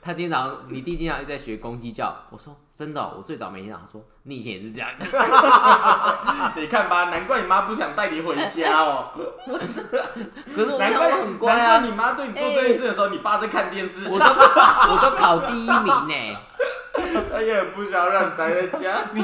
Speaker 1: 他经常你弟经常一直在学公鸡叫。我说真的哦、我睡着没听到。他说你以前也是这样子。
Speaker 2: 啊你看吧，难怪你妈不想带你回家 哦、
Speaker 1: 可是我
Speaker 2: 难
Speaker 1: 看
Speaker 2: 怪
Speaker 1: 我很乖啊
Speaker 2: 难怪。你妈对你做这件事的时候，你爸在看电视，
Speaker 1: 我都我都考第一名呢、欸
Speaker 2: 他也很不想让你待在家。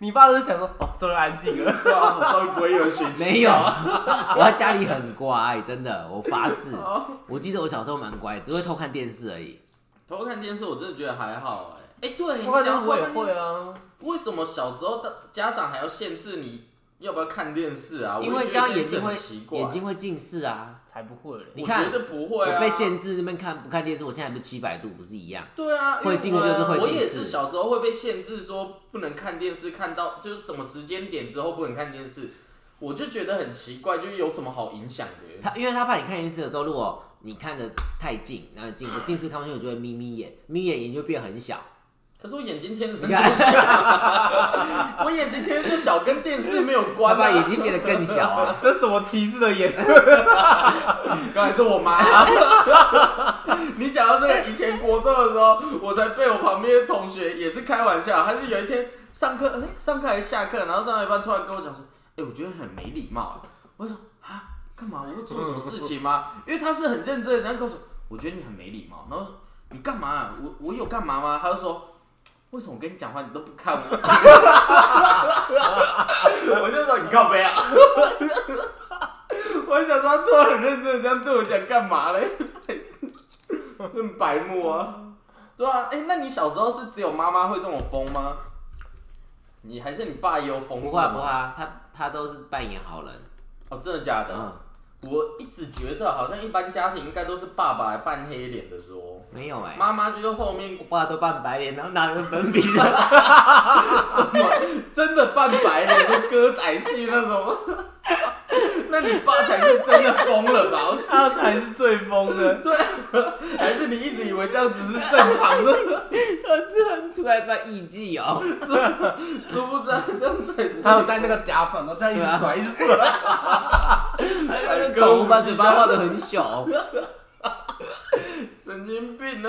Speaker 3: 你爸都是想说，哦，终于安静了。
Speaker 2: 对啊，我终于不会有人学
Speaker 1: 没有， 我在家里很乖，真的，我发誓。
Speaker 2: 哦
Speaker 1: 我记得我小时候蛮乖，只会偷看电视而已。
Speaker 2: 偷看电视，我真的觉得还好哎、哎、对，
Speaker 3: 我感觉
Speaker 2: 你讲
Speaker 3: 我也
Speaker 2: 偷看电
Speaker 3: 会啊。
Speaker 2: 为什么小时候的家长还要限制你要不要看电视啊？
Speaker 1: 因
Speaker 2: 我
Speaker 1: 为
Speaker 2: 就
Speaker 1: 这
Speaker 2: 觉得
Speaker 1: 样眼睛会
Speaker 2: 这件事很奇怪
Speaker 1: 眼睛会近视啊。
Speaker 3: 才不会嘞！
Speaker 1: 你看
Speaker 2: 我觉得不
Speaker 1: 我
Speaker 2: 会啊，
Speaker 1: 被限制那边看不看电视，我现在不是七百度，不是一样？
Speaker 2: 对啊，
Speaker 1: 会近视
Speaker 2: 因为我
Speaker 1: 就是会近视
Speaker 2: 我也是小时候会被限制说不能看电视，看到就是什么时间点之后不能看电视，我就觉得很奇怪，就是有什么好影响的？欸
Speaker 1: 他因为他怕你看电视的时候，如果你看的太近，然后近
Speaker 2: 啊
Speaker 1: 视，近视看不清楚就会眯眯眼，眯眼眼就变很小。
Speaker 2: 可是我眼睛天生就
Speaker 1: 你看
Speaker 2: 小， 我眼睛天生就小，跟电视没有
Speaker 1: 爸
Speaker 2: 关、
Speaker 1: 爸
Speaker 2: 啊。
Speaker 1: 眼睛变得更小啊。
Speaker 3: 这什么歧视的眼神？
Speaker 2: 刚才是我妈。 你讲到这个，以前国中的时候，我才被我旁边的同学也是开玩笑，他就有一天上课，哎、上课还是下课，然后上到一半突然跟我讲说，哎、我觉得很没礼貌。我就说啊，干嘛？我会做什么事情吗？因为他是很认真的，然后跟我说，哎我觉得你很没礼貌。然后我说你干嘛、我我有干嘛吗？他就说。为什么我跟你讲话你都不看我？我就说你告白啊！ 我想说，他突然很认真的这样对我讲干嘛嘞？ 很白目啊！对啊，哎、那你小时候是只有妈妈会这种疯吗？你还是你爸也有疯
Speaker 1: 不
Speaker 2: 过
Speaker 1: 会啊
Speaker 2: 吗？
Speaker 1: 不会啊，他他都是扮演好人。
Speaker 2: 哦，真的假的？
Speaker 1: 嗯，
Speaker 2: 我一直觉得好像一般家庭应该都是爸爸来扮黑脸的说，
Speaker 1: 没有哎、
Speaker 2: 妈妈就是后面
Speaker 1: 我爸都扮白脸，然后 拿着粉笔的。
Speaker 2: 真的扮白脸，就歌仔戏那种。 那你爸才是真的疯了吧？我
Speaker 3: 他才是最疯的。
Speaker 2: 对，还是你一直以为这样子是正常的，
Speaker 1: 这很出来扮艺妓哦，
Speaker 2: 殊不知这样子很
Speaker 3: 还有戴那个假发，然后这样一直甩，一直甩。
Speaker 1: 那个狗把嘴巴画的很小。
Speaker 2: 神经经病 啊！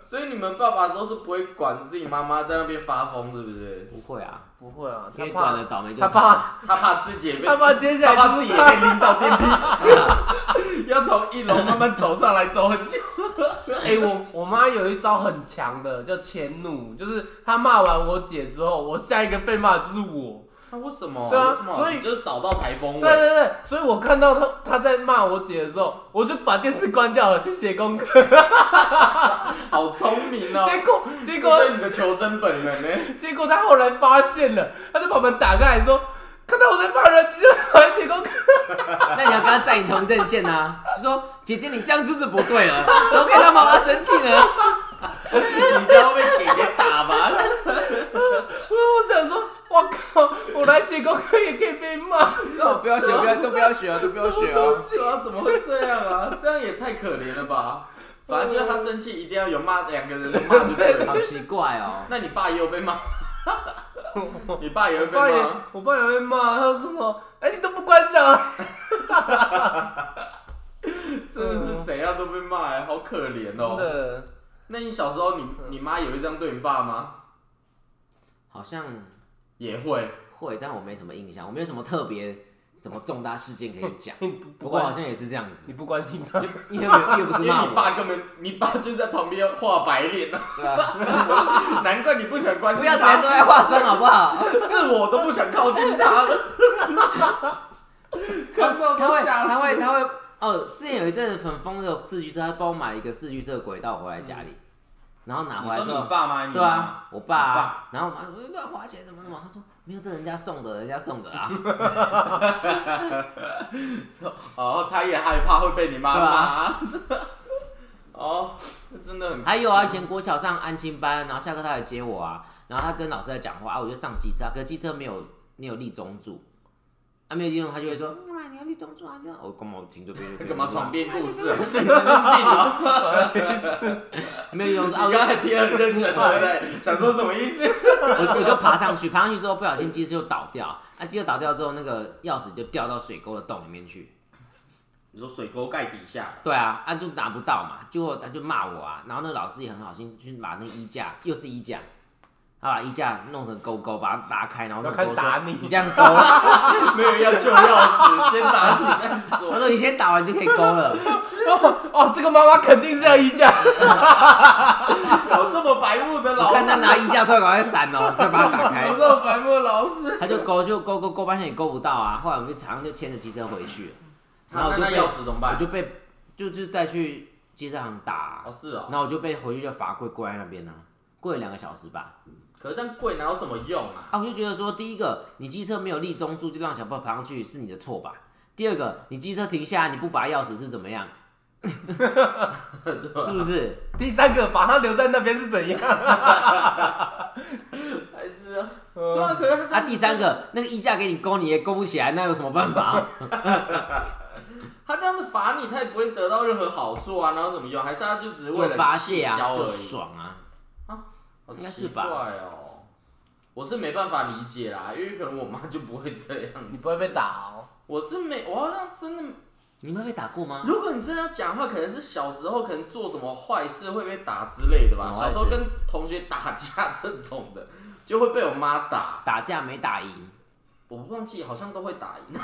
Speaker 2: 所以你们爸爸都是不会管自己妈妈在那边发疯，是不是？
Speaker 1: 不会啊，
Speaker 3: 不会啊，
Speaker 1: 因
Speaker 3: 他
Speaker 1: 为
Speaker 3: 怕
Speaker 1: 短了倒霉就
Speaker 3: 他
Speaker 1: 好
Speaker 3: 怕
Speaker 2: 他怕自己也被，
Speaker 3: 他怕接下
Speaker 2: 他
Speaker 3: 来
Speaker 2: 怕自
Speaker 3: 就是
Speaker 2: 己也被
Speaker 3: 他
Speaker 2: 拎到电梯去， 要从一楼慢慢走上来，走很久。
Speaker 3: 哎、我我妈有一招很强的，叫迁怒，就是她骂完我姐之后，我下一个被骂的就是我。
Speaker 2: 那为什么？
Speaker 3: 对啊
Speaker 2: 为什么
Speaker 3: 所以
Speaker 2: 你就是扫到台风
Speaker 3: 对
Speaker 2: 尾。
Speaker 3: 对对，所以我看到她她在骂我姐的时候，我就把电视关掉了，去写功课。
Speaker 2: 好聪明哦！
Speaker 3: 结果
Speaker 2: 这
Speaker 3: 结果
Speaker 2: 对你的求生本 能呢？
Speaker 3: 结果她后来发现了，她就把门打开来说：“看到我在骂人，你就来写功课。
Speaker 1: 那你要跟他站你同阵线啊，就说姐姐你这样就是不对了， 怎么可以让妈妈生气呢？
Speaker 2: 你这样会被姐姐打吧？
Speaker 3: 我”我想说，我靠，我来写功课也可以被骂，
Speaker 1: 那我不要学，不要都不要学 啊，都不要学啊。
Speaker 2: 对啊，怎么会这样啊？这样也太可怜了吧！反正就是他生气，一定要有骂 两个人的骂就对了。
Speaker 1: 好奇怪哦，
Speaker 2: 那你爸也有被骂？你爸也会
Speaker 3: 我
Speaker 2: 被
Speaker 3: 爸也
Speaker 2: 骂？
Speaker 3: 我爸也会骂，他说什么：“哎、你都不关啊小孩。”
Speaker 2: 真的是怎样都被骂、哎，好可怜
Speaker 3: 真
Speaker 2: 哦。
Speaker 3: 的，
Speaker 2: 那你小时候你，你妈也会这样对你爸吗？
Speaker 1: 好像
Speaker 2: 也会。
Speaker 1: 会，但我没什么印象，我没有什么特别什么重大事件可以讲。
Speaker 3: 你 不不
Speaker 1: 不过好
Speaker 3: 关
Speaker 1: 像也是这样子，
Speaker 3: 你不关心他，
Speaker 1: 因为没有又不是
Speaker 2: 因为
Speaker 1: 骂
Speaker 2: 你
Speaker 1: 我，
Speaker 2: 爸根本，你爸就在旁边画白 脸啊，
Speaker 1: 对吧？
Speaker 2: 难怪你不想关
Speaker 1: 不
Speaker 2: 心
Speaker 1: 要整天
Speaker 2: 他，
Speaker 1: 都在化妆好不好？
Speaker 2: 是我都不想靠近他了。看到
Speaker 1: 他
Speaker 2: 都
Speaker 1: 会，
Speaker 2: 吓死
Speaker 1: 他会，他会。哦，之前有一阵子很疯的四驱车，他帮我买一个四驱车的轨道回来家里，然后拿回
Speaker 2: 你
Speaker 1: 来
Speaker 2: 说
Speaker 1: 之后
Speaker 2: 你，爸吗？你妈
Speaker 1: 对，啊，我爸、啊，然后我妈说乱花钱什么什么，他说没有，这人家送的，人家送的啊，
Speaker 2: 哦，他也害怕会被你妈
Speaker 1: 对
Speaker 2: 骂。 哦，那真的 很
Speaker 1: 还有啊，以前国小上安亲班，然后下课他来接我啊，然后他跟老师在讲话啊，我就上机车啊，可是机车没有没有立中柱，啊没有立中柱，他就会说干嘛你要立中柱啊？你要我干嘛我停这边就可以
Speaker 2: 干嘛
Speaker 1: 立中柱啊
Speaker 2: 床边故 事啊？你神经病 啊！
Speaker 1: 没有立中柱啊，
Speaker 2: 你
Speaker 1: 我就
Speaker 2: 刚才听得很认真，对不 对？想说什么意思？
Speaker 1: 我我就爬上去，爬上去之后不小心机车就倒掉，啊机车倒掉之后那个钥匙就掉到水沟的洞里面去，
Speaker 2: 你说水沟盖底下，
Speaker 1: 对啊啊就拿不到嘛，结果他就骂我啊，然后那个老师也很好心去把那个衣架又是衣架。他把衣架弄成勾勾，把它打开，然后那个
Speaker 3: 然
Speaker 1: 勾
Speaker 3: 后
Speaker 1: 说
Speaker 3: 开始打你
Speaker 1: 你这样啊勾，
Speaker 2: 没有要救钥匙，先打你再
Speaker 1: 我
Speaker 2: 说。
Speaker 1: 说你先打完就可以勾了，
Speaker 3: 哦哦，这个妈妈肯定是要衣架，
Speaker 2: 有这么白目的
Speaker 1: 我
Speaker 2: 老
Speaker 1: 看他
Speaker 2: 师，
Speaker 1: 拿衣架出来，赶快闪哦，再把它打开
Speaker 2: 有。这么白目的老师，
Speaker 1: 他就勾就勾勾勾半天也勾不到啊，后来我们就常常就牵着机车回去了，然后我就被
Speaker 2: 匙怎么
Speaker 1: 我？就被就是再去机车行打啊、
Speaker 2: 哦，是哦，
Speaker 1: 然后我就被回去就罚跪跪在那边呢、啊跪了两个小时吧。
Speaker 2: 可是这样跪哪有什么用啊？
Speaker 1: 啊，我就觉得说，第一个，你机车没有立中柱就让小朋友爬上去是你的错吧？第二个，你机车停下来你不拔钥匙是怎么样？ 是不是？
Speaker 3: 第三个把她留在那边是怎样？
Speaker 2: 孩子啊， 对
Speaker 3: 呃
Speaker 2: 啊，可是他
Speaker 1: 啊，第三个，那个衣架给你勾你也勾不起来，那有什么办 法？
Speaker 2: 他这样子罚你，他也不会得到任何好处啊，哪有什么用？还是他就只是为
Speaker 1: 就
Speaker 2: 了
Speaker 1: 发泄
Speaker 2: 气消
Speaker 1: 啊，就
Speaker 2: 而已
Speaker 1: 爽啊。
Speaker 2: 好
Speaker 1: 应该
Speaker 2: 奇
Speaker 1: 是
Speaker 2: 怪
Speaker 1: 吧
Speaker 2: 哦，我是没办法理解啦，因为可能我妈就不会这样
Speaker 3: 你
Speaker 2: 子。
Speaker 3: 不会被打哦，
Speaker 2: 我是没，我好像真的，啊
Speaker 1: 你们被打过吗？
Speaker 2: 如果你真的要讲话，可能是小时候可能做什么坏事会被打之类的
Speaker 1: 什
Speaker 2: 吧。
Speaker 1: 么坏
Speaker 2: 小
Speaker 1: 事
Speaker 2: 时候跟同学打架这种的，就会被我妈打。
Speaker 1: 打架没打赢，
Speaker 2: 我忘记好像都会打赢，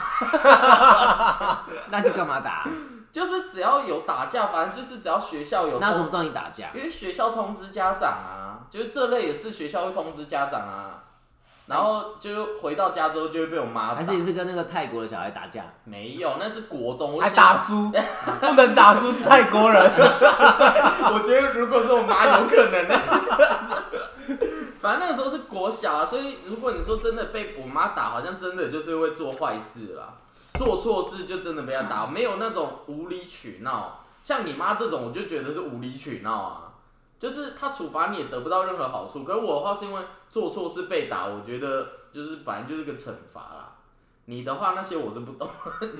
Speaker 1: 那就干嘛打？
Speaker 2: 就是只要有打架，反正就是只要学校有
Speaker 1: 那
Speaker 2: 通
Speaker 1: 怎么知道你打架？
Speaker 2: 因为学校通知家长啊，就是这类也是学校会通知家长啊，然后就回到家之后就会被我妈打
Speaker 1: 还。是你是跟那个泰国的小孩打架？
Speaker 2: 没有，那是国中，我
Speaker 3: 还
Speaker 2: 是
Speaker 3: 打。输，不能打 输泰国人。
Speaker 2: 我觉得如果是我妈，有可能呢。 反正那个时候是国小啊，所以如果你说真的被我妈打，好像真的就是会做坏事啦，做错事就真的被她打，没有那种无理取闹。像你妈这种，我就觉得是无理取闹啊，就是她处罚你也得不到任何好处。可是我的话是因为做错事被打，我觉得就是反正就是个惩罚啦。你的话那些我是不懂。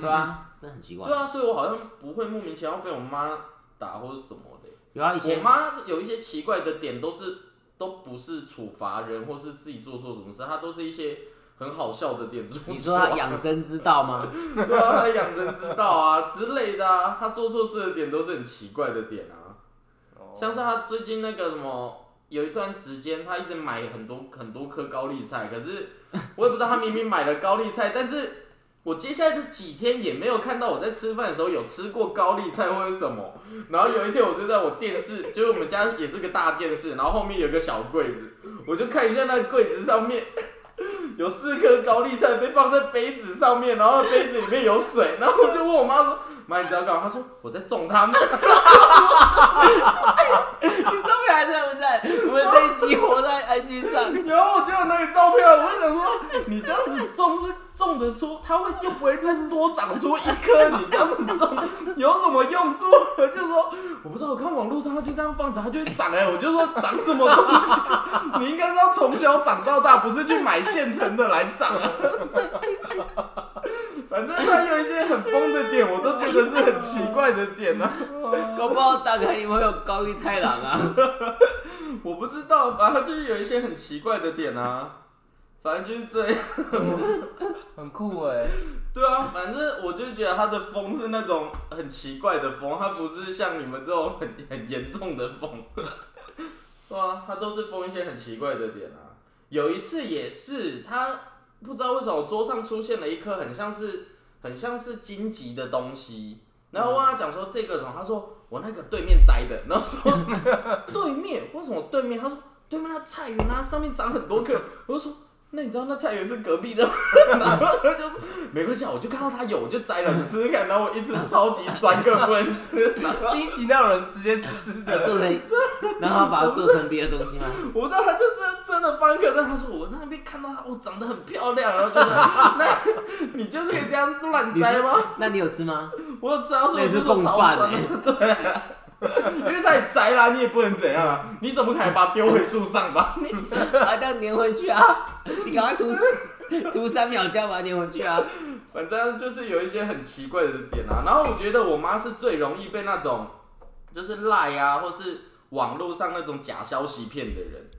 Speaker 1: 对啊，真的很奇怪
Speaker 2: 对。啊，所以我好像不会莫名其妙被我妈打或者什么的。
Speaker 1: 有啊，以
Speaker 2: 我
Speaker 1: 前
Speaker 2: 妈有一些奇怪的点，都是都不是处罚人或是自己做错什么事，她都是一些很好笑的点。
Speaker 1: 你说他养生之道吗？
Speaker 2: 对啊，她养生之道啊之类的啊，她做错事的点都是很奇怪的点啊。像是他最近那个什么，有一段时间他一直买很多很多颗高丽菜，可是 我也不知道他明明买了高丽菜，但是我接下来的几天也没有看到我在吃饭的时候有吃过高丽菜或者什么。然后有一天我就在我电视，就是我们家也是个大电视，然后后面有个小柜子，我就看一下那个柜子上面。有四颗高丽菜被放在杯子上面，然后杯子里面有水，然后我就问我妈说：“妈，你知道干嘛？”她说：“我在种它们。”啊
Speaker 1: 你照片还在不在？我们这一集活在 IG 上。
Speaker 2: 然后我就有那个照片，啊我就想说，你这样子种是种得出，它会又不会再多长出一颗？你这样子种有什么用处？我就说我不知道，我看网络上它就这样放着，它就会长哎、我就说长什么东西？ 你应该是要从小长到大，不是去买现成的来长啊。 反正它有一些很疯的点，我都觉得是很奇怪的点啊。
Speaker 1: 搞不好打开你们会有高丽菜郎 啊！
Speaker 2: 我不知道，反正就是有一些很奇怪的点啊。反正就是这样。
Speaker 3: 很酷哎、
Speaker 2: 对啊，反正我就觉得他的风是那种很奇怪的风，它不是像你们这种很很严重的风。 对啊，它都是封一些很奇怪的点啊。有一次也是，他不知道为什么我桌上出现了一颗很像是很像是荆棘的东西，然后我问他讲说这个什么，他说我那个对面摘的，然后说对面为什么对面？他说对面那菜园啊，上面长很多棵，我就说。那你知道那菜园是隔壁的吗？然后他就说没关系啊，我就看到它有，我就摘了，你吃吃看。然后我一吃超级酸，根本不 能吃。然后
Speaker 3: 荆棘那种人直接吃的，
Speaker 1: 做成，然后把它做成别的东西吗？
Speaker 2: 我不知道他就是真的翻科，但他说我在那边看到他，我长得很漂亮，然后就说那 你就是可以这样乱
Speaker 1: 你
Speaker 2: 摘
Speaker 1: 是
Speaker 2: 吗？？
Speaker 1: 那你有吃吗？
Speaker 2: 我有吃到
Speaker 1: 那
Speaker 2: 说我
Speaker 1: 也是
Speaker 2: 就说
Speaker 1: 共
Speaker 2: 超
Speaker 1: 犯
Speaker 2: 酸
Speaker 1: 哎、
Speaker 2: 的，因为他也摘啦，你也不能怎样啊，你总不可能把它丢回树上吧？你
Speaker 1: 把它粘回去啊！ 你赶快涂涂三秒胶把它粘回去啊！
Speaker 2: 反正就是有一些很奇怪的点啊。然后我觉得我妈是最容易被那种就是赖啊，或是网络上那种假消息骗的人。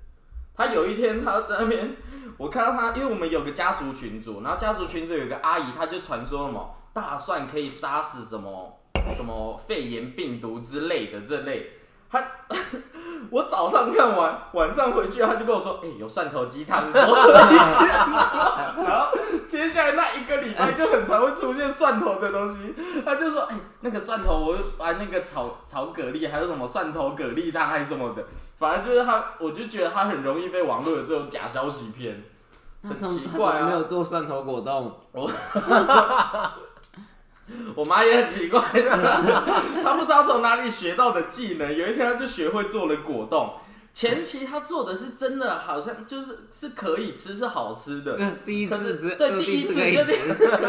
Speaker 2: 她有一天她在那边，我看到她，因为我们有个家族群组，然后家族群组有个阿姨，她就传说什么大蒜可以杀死什么什么肺炎病毒之类的这类。她 我早上看完，晚上回去，她就跟我说：“哎、有蒜头鸡汤。” 我然后接下来那一个礼拜就很常会出现蒜头的东西，他就说，哎、那个蒜头，我把那个炒炒蛤蜊，还有什么蒜头蛤蜊汤还是什么的，反正就是他，我就觉得他很容易被网络的这种假消息骗，
Speaker 1: 那
Speaker 2: 很
Speaker 1: 怎么
Speaker 2: 奇
Speaker 1: 他怎
Speaker 2: 怪
Speaker 1: 么没
Speaker 2: 啊。
Speaker 1: 有做蒜头果冻？
Speaker 2: 我妈也很奇怪，她不知道从哪里学到的技能，有一天她就学会做了果冻。前期她做的是真的，好像就是是可以吃，是好吃的。
Speaker 1: 第一
Speaker 2: 可是
Speaker 1: 次只
Speaker 2: 对第一次
Speaker 1: 可以
Speaker 2: 就。是，可是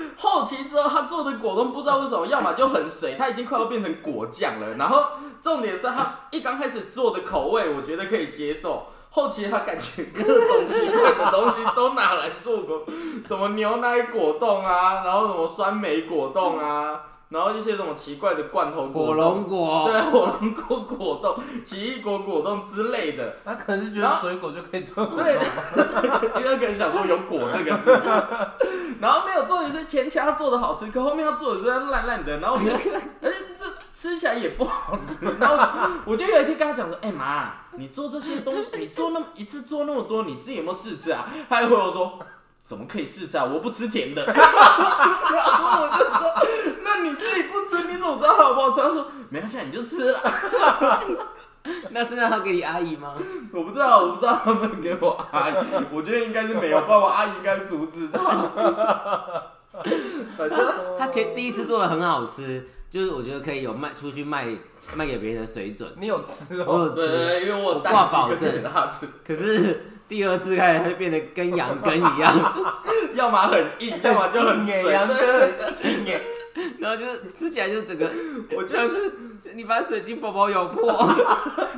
Speaker 2: 后期之后他做的果冻不知道为什么，要么就很水，它已经快要变成果酱了。然后重点是他一刚开始做的口味，我觉得可以接受。后期他感觉各种奇怪的东西都拿来做果，什么牛奶果冻啊，然后什么酸梅果冻啊，然后一些什么奇怪的罐
Speaker 1: 火
Speaker 2: 头果冻，
Speaker 1: 龙果，
Speaker 2: 对，火龙果果冻、奇异果果冻之类的。
Speaker 3: 他可能是觉
Speaker 2: 然
Speaker 3: 得
Speaker 2: 后
Speaker 3: 水果就可以做果
Speaker 2: 对
Speaker 3: 冻，
Speaker 2: 因为他可能想说有“果”这个字，然后没有重点是前期他做的好吃，可后面他做的真的烂烂的，然后我就，而且这吃起来也不好吃，然后我就有一天跟他讲说：“哎、妈，你做这些东西，你做那么一次做那么多，你自己有没有试吃啊？”他还回我说。怎么可以试吃啊？我不吃甜的。然后 我就说，那你自己不吃，你怎么知道它好不好吃？他说没关系啊，你就吃了。
Speaker 1: 那是让他给你阿姨吗？
Speaker 2: 我不知道，我不知道他们给我阿姨，我觉得应该是没有，不然我阿姨应该阻止他。反正
Speaker 1: 他前第一次做的很好吃，就是我觉得可以有卖出去卖卖给别人的水准。
Speaker 3: 你有吃
Speaker 1: 我
Speaker 3: 哦？
Speaker 1: 有
Speaker 2: 对对
Speaker 1: 吃，
Speaker 2: 对，因为我有带
Speaker 1: 挂
Speaker 2: 几
Speaker 1: 保
Speaker 2: 个
Speaker 1: 证
Speaker 2: 给他吃，
Speaker 1: 可是第二次开始他就变得跟羊羹一样，
Speaker 2: 要么很硬，要么就很
Speaker 3: 野
Speaker 2: 水。
Speaker 3: 羊
Speaker 2: 对
Speaker 3: 欸哥很硬哎，
Speaker 1: 然后就是吃起来就整个
Speaker 2: 我就
Speaker 1: 像
Speaker 2: 是
Speaker 1: 是你把水晶宝宝咬破，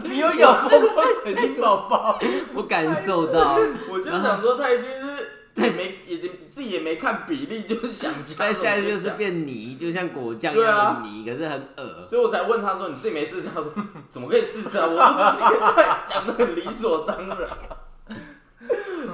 Speaker 3: 你有咬过水晶宝宝？
Speaker 1: 我感受到。
Speaker 2: 我就想 说，他一定是也没也自己也没看比例，就是想加。
Speaker 1: 但现在就是，变泥，就像果酱一
Speaker 2: 对啊
Speaker 1: 样的泥，可是很恶。
Speaker 2: 所以我才问他说：“你自己没试吃？”他说：“ 怎么可以试吃啊？我不吃甜的。”讲的很理所当然。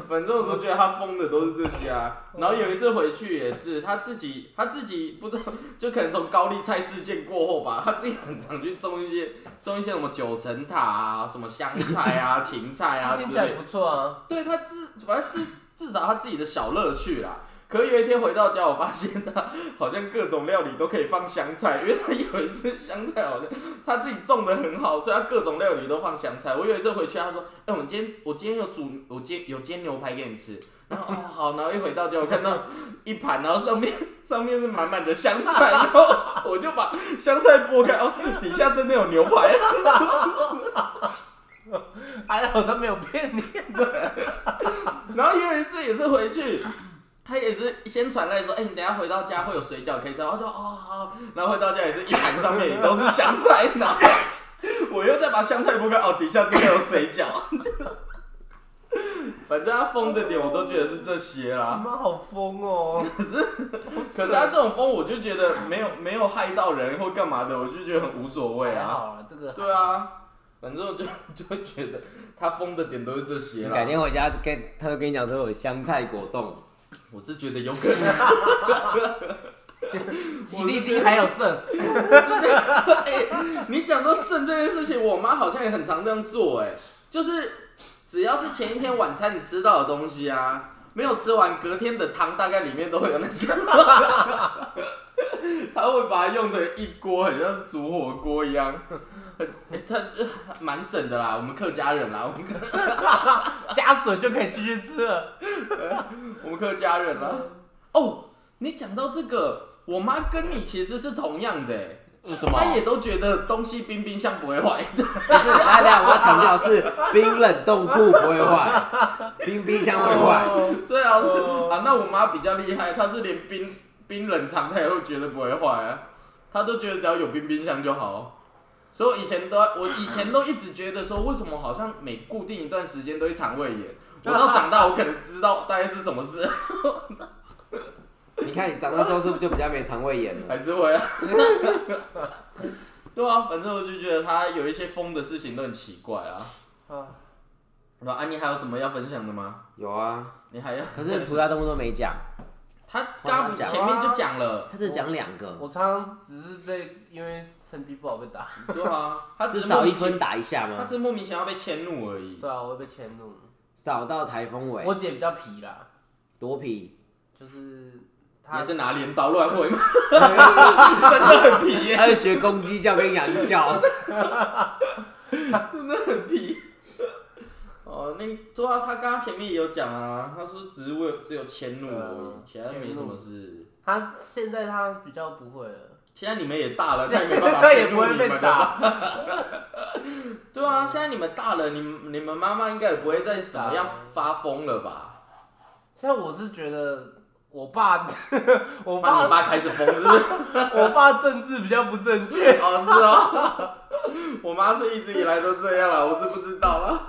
Speaker 2: 反正我都觉得他疯的都是这些啊。然后有一次回去也是，他自己他自己不知道，就可能从高丽菜事件过后吧，他自己很常去种一些种一些什么九层塔啊、什么香菜啊、芹菜啊
Speaker 3: 听
Speaker 2: 之
Speaker 3: 起来
Speaker 2: 类的。
Speaker 3: 不错啊。
Speaker 2: 对他至反正至至少他自己的小乐趣啦。可有一天回到家，我发现他好像各种料理都可以放香菜，因为他有一次香菜好像他自己种的很好，所以他各种料理都放香菜。我有一次回去，他说：“哎、我们今天我今天有煮我煎有煎牛排给你吃。”然后哦好，然后一回到家，我看到一盘，然后上面上面是满满的香菜，然后我就把香菜剥开，哦，底下真的有牛排。啊
Speaker 3: 还好他没有骗你。
Speaker 2: 然后有一次也是回去，他也是先传来说，哎、你等一下回到家会有水饺可以吃，我就哦好，然后回到家也是一盘上面也都是香菜，然后我又再把香菜剥开，哦，底下真的有水饺，反正他疯的点我都觉得是这些
Speaker 3: 你
Speaker 2: 啦。
Speaker 3: 妈好疯哦！
Speaker 2: 可是他这种疯，我就觉得没有没有害到人或干嘛的，我就觉得很无所谓
Speaker 3: 还
Speaker 2: 啊。
Speaker 3: 好了，这个
Speaker 2: 对啊，反正我就就会觉得他疯的点都是这些
Speaker 1: 改
Speaker 2: 啦。
Speaker 1: 天回家跟他会跟你讲说有香菜果冻，
Speaker 2: 我是觉得有可能。
Speaker 3: 吉利丁还有剩，
Speaker 2: 哎，你讲到剩这件事情，我妈好像也很常这样做、哎，就是只要是前一天晚餐你吃到的东西啊，没有吃完，隔天的汤大概里面都会有那些，她会把它用成一锅，很像是煮火锅一样。欸、他蛮省的啦，我们客家人啦，我们客
Speaker 3: 加水就可以继续吃了。
Speaker 2: 我们客家人啦。哦，你讲到这个，我妈跟你其实是同样的、哎
Speaker 1: 为什么
Speaker 2: 她也都觉得东西冰冰箱不会坏。
Speaker 1: 不是，他这样我要强调是冰冷冻库不会坏，冰冰箱会坏。
Speaker 2: 对啊，
Speaker 3: 哦
Speaker 2: 啊，那我妈比较厉害，她是连冰冰冷藏她也会觉得不会坏啊，她都觉得只要有冰冰箱就好。所以我以前都我以前都一直觉得说，为什么好像每固定一段时间都会肠胃炎？我到长大，我可能知道大概是什么事，
Speaker 1: 你看你长大之后是不是就比较没肠胃炎了？
Speaker 2: 还是会啊。 对啊，反正我就觉得她有一些疯的事情都很奇怪啊。
Speaker 3: 啊，
Speaker 2: 那安妮还有什么要分享的吗？
Speaker 1: 有啊，
Speaker 2: 你还要？
Speaker 1: 可是涂鸦动物都没讲，
Speaker 2: 她刚刚
Speaker 1: 讲
Speaker 2: 前面就讲 了，
Speaker 1: 他只讲两个，
Speaker 3: 我常常只是被因为成绩不好被打。
Speaker 2: 对啊，她只
Speaker 1: 至
Speaker 2: 是
Speaker 1: 少
Speaker 2: 莫
Speaker 1: 一
Speaker 2: 名其
Speaker 1: 分打一
Speaker 3: 啊
Speaker 1: 下
Speaker 2: 他
Speaker 1: 嘛，
Speaker 2: 只是莫名其妙被迁怒而已。
Speaker 3: 对啊，我会被迁怒。
Speaker 1: 少到台风尾，
Speaker 3: 我姐比较皮啦，
Speaker 1: 多皮，
Speaker 3: 就是她
Speaker 2: 你是拿镰刀乱 挥吗？真的很皮耶，
Speaker 1: 他是学公鸡叫跟羊 叫，
Speaker 2: 真的很皮。哦，那对啊，他刚刚前面也有讲啊，他说只是为只有迁怒
Speaker 3: 哦
Speaker 2: 而已，其他没什么事。
Speaker 3: 她现在她比较不会了，
Speaker 2: 现在你们也大 了，他也没办法
Speaker 3: 她也
Speaker 2: 迁怒
Speaker 3: 不会
Speaker 2: 你
Speaker 3: 被
Speaker 2: 们了。
Speaker 3: 打。
Speaker 2: 对啊，现在你们大了，你们你们妈妈应该也不会再怎么样发疯了吧？
Speaker 3: 现在我是觉得我 爸，
Speaker 2: 那
Speaker 3: 我爸
Speaker 2: 你妈开始疯是 不是？
Speaker 3: 我爸政治比较不正确，
Speaker 2: 哦，是哦， 我妈是一直以来都这样啦，我是不知道啦。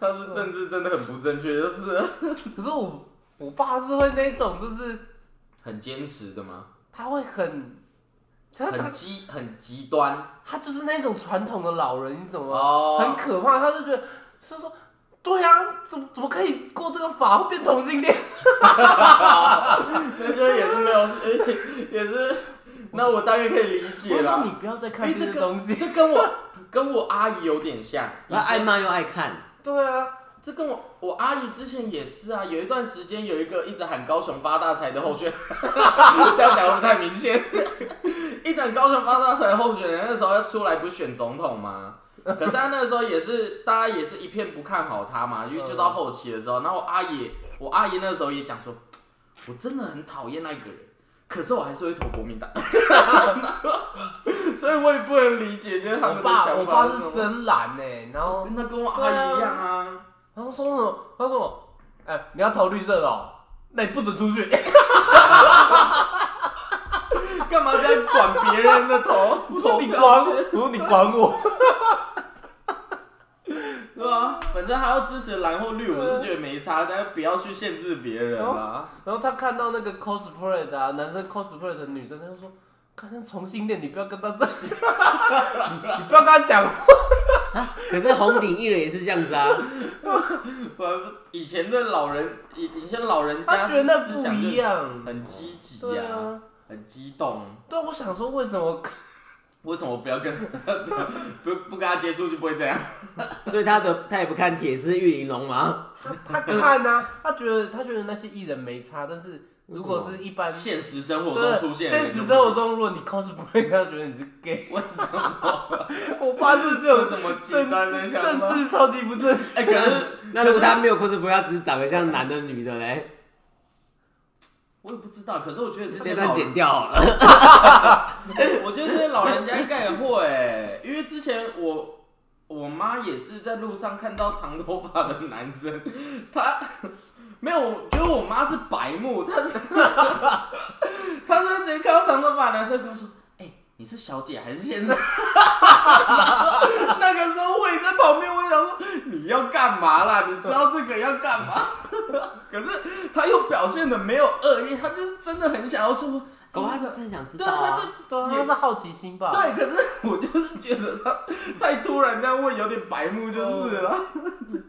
Speaker 2: 她是政治真的很不正确，就是了
Speaker 3: 可是我我爸是会那种，就是
Speaker 2: 很坚持的吗？
Speaker 3: 他会很，他
Speaker 2: 很
Speaker 3: 他
Speaker 2: 极很极端
Speaker 3: 他就是那种传统的老人，你怎么、很
Speaker 2: 哦，
Speaker 3: 可怕？他就觉得是说，对啊，怎么怎么可以过这个法会变同性恋？
Speaker 2: 那就也是没有，也是，那我大概可以理
Speaker 3: 我
Speaker 2: 解
Speaker 3: 说
Speaker 2: 啦
Speaker 3: 你。不要再看
Speaker 2: 哎，
Speaker 3: 这
Speaker 2: 这
Speaker 3: 些
Speaker 2: 个
Speaker 3: 东西。
Speaker 2: 这跟 我跟我阿姨有点像，
Speaker 1: 他爱骂又爱看，
Speaker 3: 对啊，
Speaker 2: 这跟我我阿姨之前也是啊，有一段时间有一个一直喊高雄发大财的候选人， 这样讲会不会太明显？一直喊高雄发大财的候选人，那时候要出来不是选总统吗？可是他那个时候也是，大家也是一片不看好他嘛，因为就到后期的时候，然后我阿姨，我阿姨那时候也讲说，我真的很讨厌那个人，可是我还是会投国民党， 所以我也不能理解，就是他
Speaker 3: 我
Speaker 2: 们的
Speaker 3: 爸我
Speaker 2: 想法
Speaker 3: 爸
Speaker 2: 是
Speaker 3: 是
Speaker 2: 什么，
Speaker 3: 深蓝呢、然后
Speaker 2: 那跟我阿姨一样啊
Speaker 3: 然后说什么？他说什么哎、你要投绿色的哦，那你不准出去。
Speaker 2: 干嘛在管别人的头 头
Speaker 3: 我说你
Speaker 2: 标
Speaker 3: 管
Speaker 2: 签
Speaker 3: 我，我说你管我。
Speaker 2: 对啊，反正他要支持蓝或绿，我是觉得没差，但是不要去限制别人啊。
Speaker 3: 然后他看到那个 cosplay 的、啊、男生 cosplay 的女生，他就说：“看那是同性恋，你不要跟他在，你不要跟他讲话。”
Speaker 1: 啊，可是红顶艺人也是这样子啊，
Speaker 2: 我以前的老人，以以前老人
Speaker 3: 他
Speaker 2: 家
Speaker 3: 觉得那
Speaker 2: 思
Speaker 3: 不
Speaker 2: 想
Speaker 3: 一
Speaker 2: 就
Speaker 3: 样。
Speaker 2: 很积极
Speaker 3: 对
Speaker 2: 呀，
Speaker 3: 啊，
Speaker 2: 很激动。
Speaker 3: 对啊，我想说为什么？
Speaker 2: 为什么我不要跟他 不不跟他接触就不会这样？
Speaker 1: 所以他的他也不看《铁丝玉玲珑》吗？
Speaker 3: 他他看啊，他觉得他觉得那些艺人没差，但是如果是一般
Speaker 2: 现实生活中
Speaker 3: 对
Speaker 2: 出现，
Speaker 3: 现实生活，中，如果你 cosplay，他觉得你是 gay。
Speaker 2: 为什么
Speaker 3: 我爸是 这
Speaker 2: 有
Speaker 3: 种
Speaker 2: 什么极
Speaker 3: 政
Speaker 2: 端的想
Speaker 3: 政
Speaker 2: 法？
Speaker 3: 治超级不正，
Speaker 2: 哎，可是
Speaker 1: 那如果他没有 cosplay，他只是长得像男的女的嘞，
Speaker 2: 我也不知道，可是我觉得这
Speaker 1: 这
Speaker 2: 些
Speaker 1: 段
Speaker 2: 老
Speaker 1: 剪掉好了。
Speaker 2: 我觉得这些老人家应该也会、因为之前我我妈也是在路上看到长头发的男生， 她没有，我觉得我妈是白目，她是 她是直接看到长头发的男生跟她说：“哎、你是小姐还是先生？” 那个时候我也在旁边，我想说你要干嘛啦？你知道这个要干嘛？ 可是他又表现的没有恶意，他就是真的很想要说，哎
Speaker 1: 狗哦他是真想知
Speaker 2: 对
Speaker 1: 道
Speaker 2: 啊，他就
Speaker 1: 啊，
Speaker 3: 对啊，他是好奇心吧？
Speaker 2: 对，可是我就是觉得他太突然这样问，有点白目就是了。嗯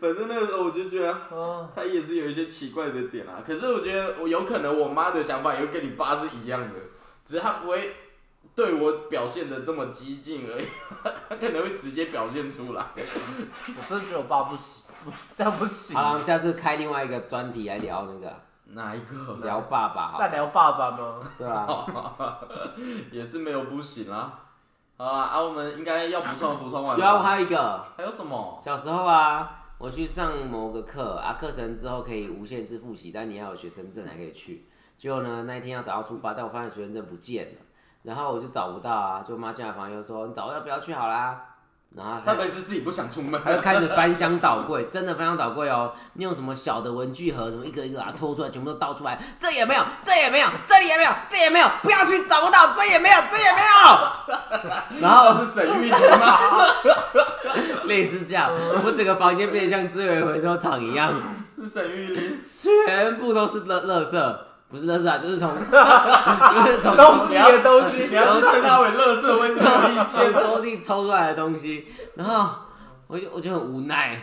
Speaker 2: 反正那个时候我就觉得
Speaker 3: 嗯，
Speaker 2: 他也是有一些奇怪的点啊。可是我觉得我有可能我妈的想法也跟你爸是一样的，只是他不会对我表现的这么激进而已， 他可能会直接表现出来。
Speaker 3: 我真的觉得我爸不行，不这样不行。
Speaker 1: 好了，我们下次开另外一个专题来聊那个
Speaker 2: 哪一个？啊
Speaker 1: 聊爸爸好
Speaker 3: 再
Speaker 1: 了，
Speaker 3: 聊爸爸吗？
Speaker 1: 对啊，
Speaker 2: 也是没有不行啦。好啊，啊，我们应该要补充补充完了。
Speaker 1: 然后还有一个。
Speaker 2: 还有什么？
Speaker 1: 小时候啊，我去上某个课啊，课程之后可以无限制复习，但你要有学生证才可以去。结果呢，那一天要早上出发，但我发现学生证不见了，然后我就找不到啊，就妈家的朋友说你嗯早上不要去好啦，然后
Speaker 2: 他
Speaker 1: 他
Speaker 2: 们是自己不想出门。
Speaker 1: 他就开始翻箱倒柜，真的翻箱倒柜哦，你用什么小的文具盒什么一个一个啊拖出来，全部都倒出来，这也没有，这也没有，这里也没有，这也没有，不要去，找不到，这也没有，这也没有， 然后
Speaker 2: 他是沈玉琳啊吗？
Speaker 1: 类似这样，我整个房间变得像资源回收厂一样。
Speaker 2: 是沈玉琳。
Speaker 1: 全部都是垃垃圾，不是垃圾啊，就是从 就是从
Speaker 3: 都 是你的东西
Speaker 2: 你。要是称他为乐色温什么意
Speaker 1: 从
Speaker 2: 见？
Speaker 1: 抽屉抽出来的东西，然后我就我就很无奈，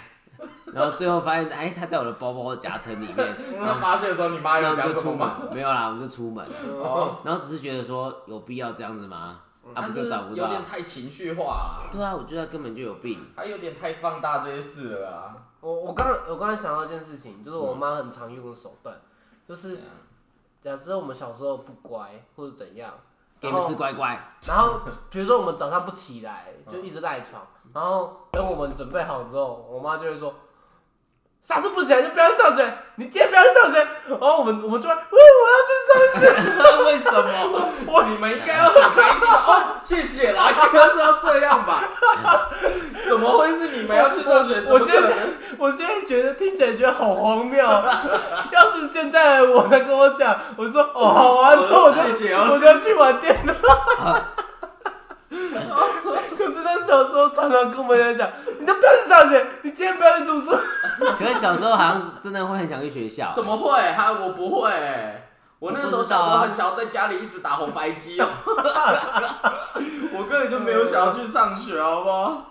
Speaker 1: 然后最后发现哎，它在我的包包夹层里面，
Speaker 2: 那发现的时候，你妈
Speaker 1: 然后
Speaker 2: 有讲
Speaker 1: 就
Speaker 2: 什
Speaker 1: 出
Speaker 2: 么
Speaker 1: 门
Speaker 2: 吗？，
Speaker 1: 没有啦，我就出门了，
Speaker 2: 哦，
Speaker 1: 然后只是觉得说有必要这样子吗？啊，
Speaker 2: 他
Speaker 1: 不
Speaker 2: 嗯是
Speaker 1: 就找不
Speaker 2: 有
Speaker 1: 到？
Speaker 2: 点太哦情绪化了，
Speaker 1: 对啊，我觉得他根本就有病。
Speaker 2: 他有点太放大这些事了啊啦。
Speaker 3: 我我刚我刚才想到一件事情，就是我妈很常用的手段，就是假设我们小时候不乖或者怎样，
Speaker 1: 给
Speaker 3: 然
Speaker 1: 你们
Speaker 3: 后
Speaker 1: 吃乖乖，
Speaker 3: 然后比如说我们早上不起来，就一直赖床，然后等我们准备好之后，我妈就会说。下次不起来就不要去上学，你今天不要去上学。然后我们我们就会，喂，我要去上学。
Speaker 2: 为什么？我你们应该要很开心吧哦，谢谢啦，应该是要这样 吧？怎么会是你们要去上学？
Speaker 3: 我
Speaker 2: 怎么
Speaker 3: 现
Speaker 2: 可能
Speaker 3: 在 我现在觉得听起来觉得好荒谬啊。 要是现在我在跟我讲，我说哦好啊，那我就
Speaker 2: 谢谢哦
Speaker 3: 我就去玩电 脑。可是他小时候常常跟我们讲，你都不要去上学，你今天不要去读 书。
Speaker 1: 可是小时候好像真的会很想去学校，
Speaker 2: 怎么会？哈，我不会、我那时候小时候很想要在家里一直打红白机哦， 我根本就没有想要去上学，好不好？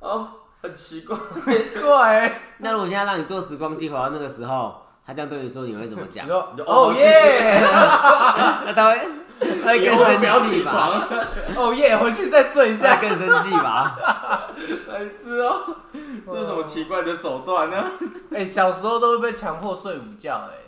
Speaker 2: 哦，很奇怪，
Speaker 3: 对，
Speaker 1: 那如果现在让你坐时光机回到那个时候，他这样对你说，你会怎么讲
Speaker 3: 你？说
Speaker 2: 你就
Speaker 3: 哦
Speaker 2: 哦
Speaker 3: 耶，
Speaker 1: 那他会，他会
Speaker 2: 以
Speaker 1: 更
Speaker 2: 后不要
Speaker 1: 生气
Speaker 2: 起
Speaker 1: 吧？
Speaker 2: 床，
Speaker 3: 哦耶，回去再睡一
Speaker 1: 他
Speaker 3: 下。
Speaker 1: 会更生气吧？
Speaker 2: 白痴哦，这是什么奇怪的手段呢？
Speaker 3: 哎，小时候都会被强迫睡午觉，哎，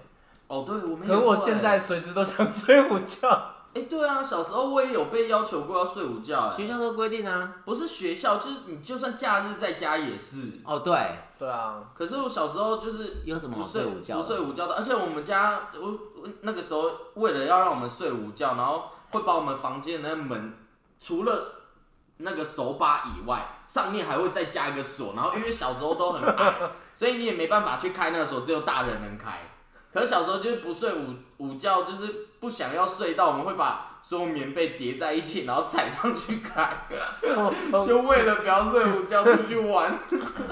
Speaker 2: 哦，对，我们
Speaker 3: 可是我现在，随时都想睡午觉。
Speaker 2: 哎，对啊，小时候我也有被要求过要睡午 觉，
Speaker 1: 学
Speaker 2: 哎，
Speaker 1: 校都规定啊。
Speaker 2: 不是学校，就是你就算假日在家也是。
Speaker 1: 哦，对，
Speaker 3: 对 啊，
Speaker 2: 可是我小时候就是
Speaker 1: 有什么
Speaker 2: 不
Speaker 1: 好睡
Speaker 2: 睡
Speaker 1: 午觉
Speaker 2: 不睡
Speaker 1: 的？
Speaker 2: 午觉的，而且我们家我我那个时候为了要让我们睡午觉，然后会把我们房间的那门除了那个手把以外，上面还会再加一个锁，然后因为小时候都很矮，所以你也没办法去开那个锁，只有大人能开。可是小时候就是不睡午午觉，就是不想要睡到，我们会把所有棉被叠在一起，然后踩上去开，
Speaker 3: 这么 疯
Speaker 2: 就为了不要睡午觉出去玩。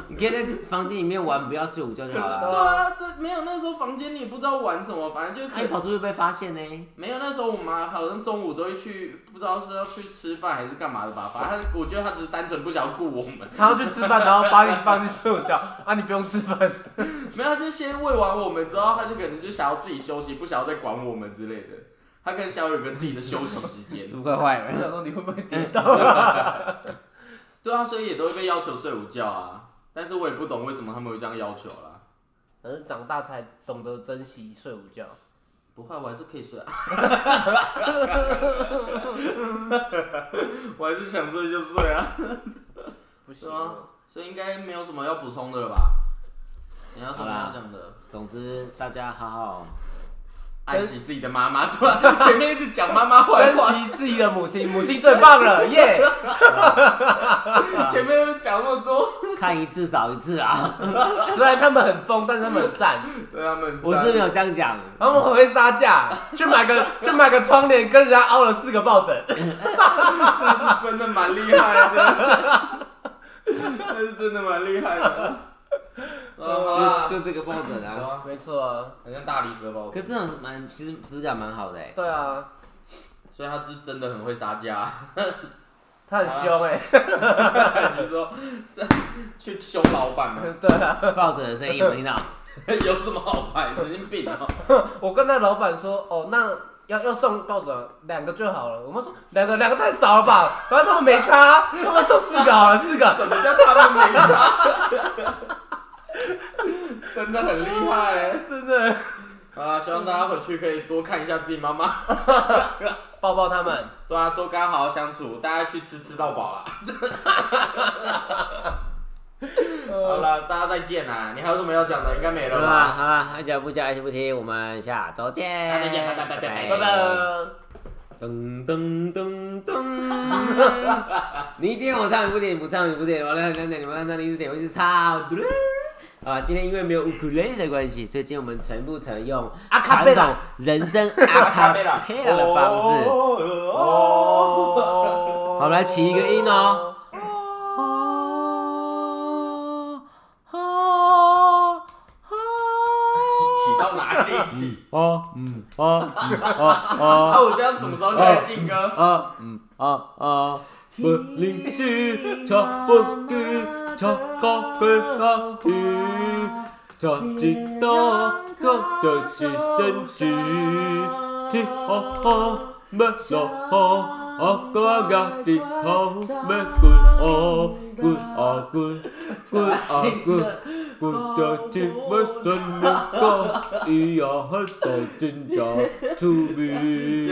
Speaker 1: 你你可以在房间里面玩，不要睡午觉就
Speaker 2: 可是
Speaker 1: 好
Speaker 2: 对
Speaker 1: 了。
Speaker 2: 啊，对，没有那时候房间你也不知道玩什么，反正就
Speaker 1: 那
Speaker 2: 可
Speaker 1: 你
Speaker 2: 以。
Speaker 1: 跑出去被发现呢？
Speaker 2: 没有那时候我妈好像中午都会去，不知道是要去吃饭还是干嘛的吧。反正她我觉得她只是单纯不想要顾我们，
Speaker 3: 他要去吃饭，然后把你放进睡午觉啊，你不用吃饭。
Speaker 2: 没有她就先喂完我们之后，她就可能就想要自己休息，不想要再管我们之类的。她可能想要有个自己的休息时间
Speaker 1: 是。 不是快坏
Speaker 3: 我
Speaker 1: 人？
Speaker 3: 想说你会不会跌倒啊？
Speaker 2: 对啊，所以也都会被要求睡午觉啊。但是我也不懂为什么他们会这样要求啦。
Speaker 3: 可是长大才懂得珍惜睡午觉。
Speaker 2: 不会，我还是可以睡啊。 我还是想睡就睡啊。
Speaker 3: 不
Speaker 2: 是
Speaker 3: 行哦
Speaker 2: 吗所以应该没有什么要补充的了吧？你要什么要讲的？
Speaker 1: 总之，大家好好
Speaker 2: 爱惜自己的妈 妈，突然前面一直讲妈妈坏话，
Speaker 3: 珍惜自己的母亲，母亲最棒了，耶！
Speaker 2: 前面又讲那么多，
Speaker 1: 看一次少一次 啊！
Speaker 3: 虽然他们很疯，但是他们很赞，
Speaker 2: 对啊他们，
Speaker 1: 我是没有这样讲，
Speaker 3: 他们很会杀价，去买个去买个窗帘，跟人家凹了四个抱枕，
Speaker 2: 那是真的蛮厉害的， 那是真的蛮厉害的。嗯，好啦，
Speaker 1: 就就这个抱枕啊。
Speaker 2: 好
Speaker 3: 没错啊，
Speaker 2: 像大理石包
Speaker 1: 可，这种蛮其实质感蛮好的哎、
Speaker 3: 对啊，
Speaker 2: 所以他是真的很会杀价。
Speaker 3: 他很凶哎、
Speaker 2: 你说是去凶老板吗？
Speaker 3: 对啊，
Speaker 1: 抱枕的声音有没有听到？
Speaker 2: 有什么好拍？神经病啊！
Speaker 3: 我跟那老板说，哦，那要要送抱枕两个就好了，我们说两个两个太少了吧，然后他们没差，啊他们送四个好了，四个，
Speaker 2: 什么叫他们没差？ 真的很厉害、欸。
Speaker 3: 真的
Speaker 2: 好啦，希望大家回去可以多看一下自己妈妈，
Speaker 3: 抱抱他们，
Speaker 2: 对啊，多跟她好好相处，大家去吃吃 到饱啦。好了，大家再见啦！你还有什么要讲的？应该没
Speaker 1: 好
Speaker 2: 了
Speaker 1: 啦
Speaker 2: 吧？
Speaker 1: 好啦，爱讲不讲，爱听不听，我们下周见。
Speaker 2: 大家再见，拜拜拜拜
Speaker 1: 拜
Speaker 2: 拜拜。
Speaker 1: 噔噔噔噔， 你一定要我唱，你不点，你不唱，你不点，我来讲讲，你们唱，你一直点，我一直唱。啊，今天因为没有乌克丽的关系，所以今天我们全部采用
Speaker 3: 阿卡
Speaker 1: 传
Speaker 3: 贝
Speaker 1: 统
Speaker 3: 拉
Speaker 1: 人声啊阿卡贝拉的方 式。
Speaker 2: 哦，
Speaker 1: 好
Speaker 3: 哦
Speaker 1: 我们来起一个音哦。
Speaker 2: 起到 哪里起？
Speaker 1: 哦，嗯，哦，嗯，哦，
Speaker 2: 啊，我这样什么时候开始进
Speaker 1: 哦，
Speaker 2: 歌？
Speaker 1: 啊，嗯，啊啊，不灵虚，敲不举，敲高举啊举，敲几多个的起身举，听哦哦，没落哦，哦个个的头没滚哦，滚啊滚，滚啊滚。我的亲们什么歌，一样很多真假出名。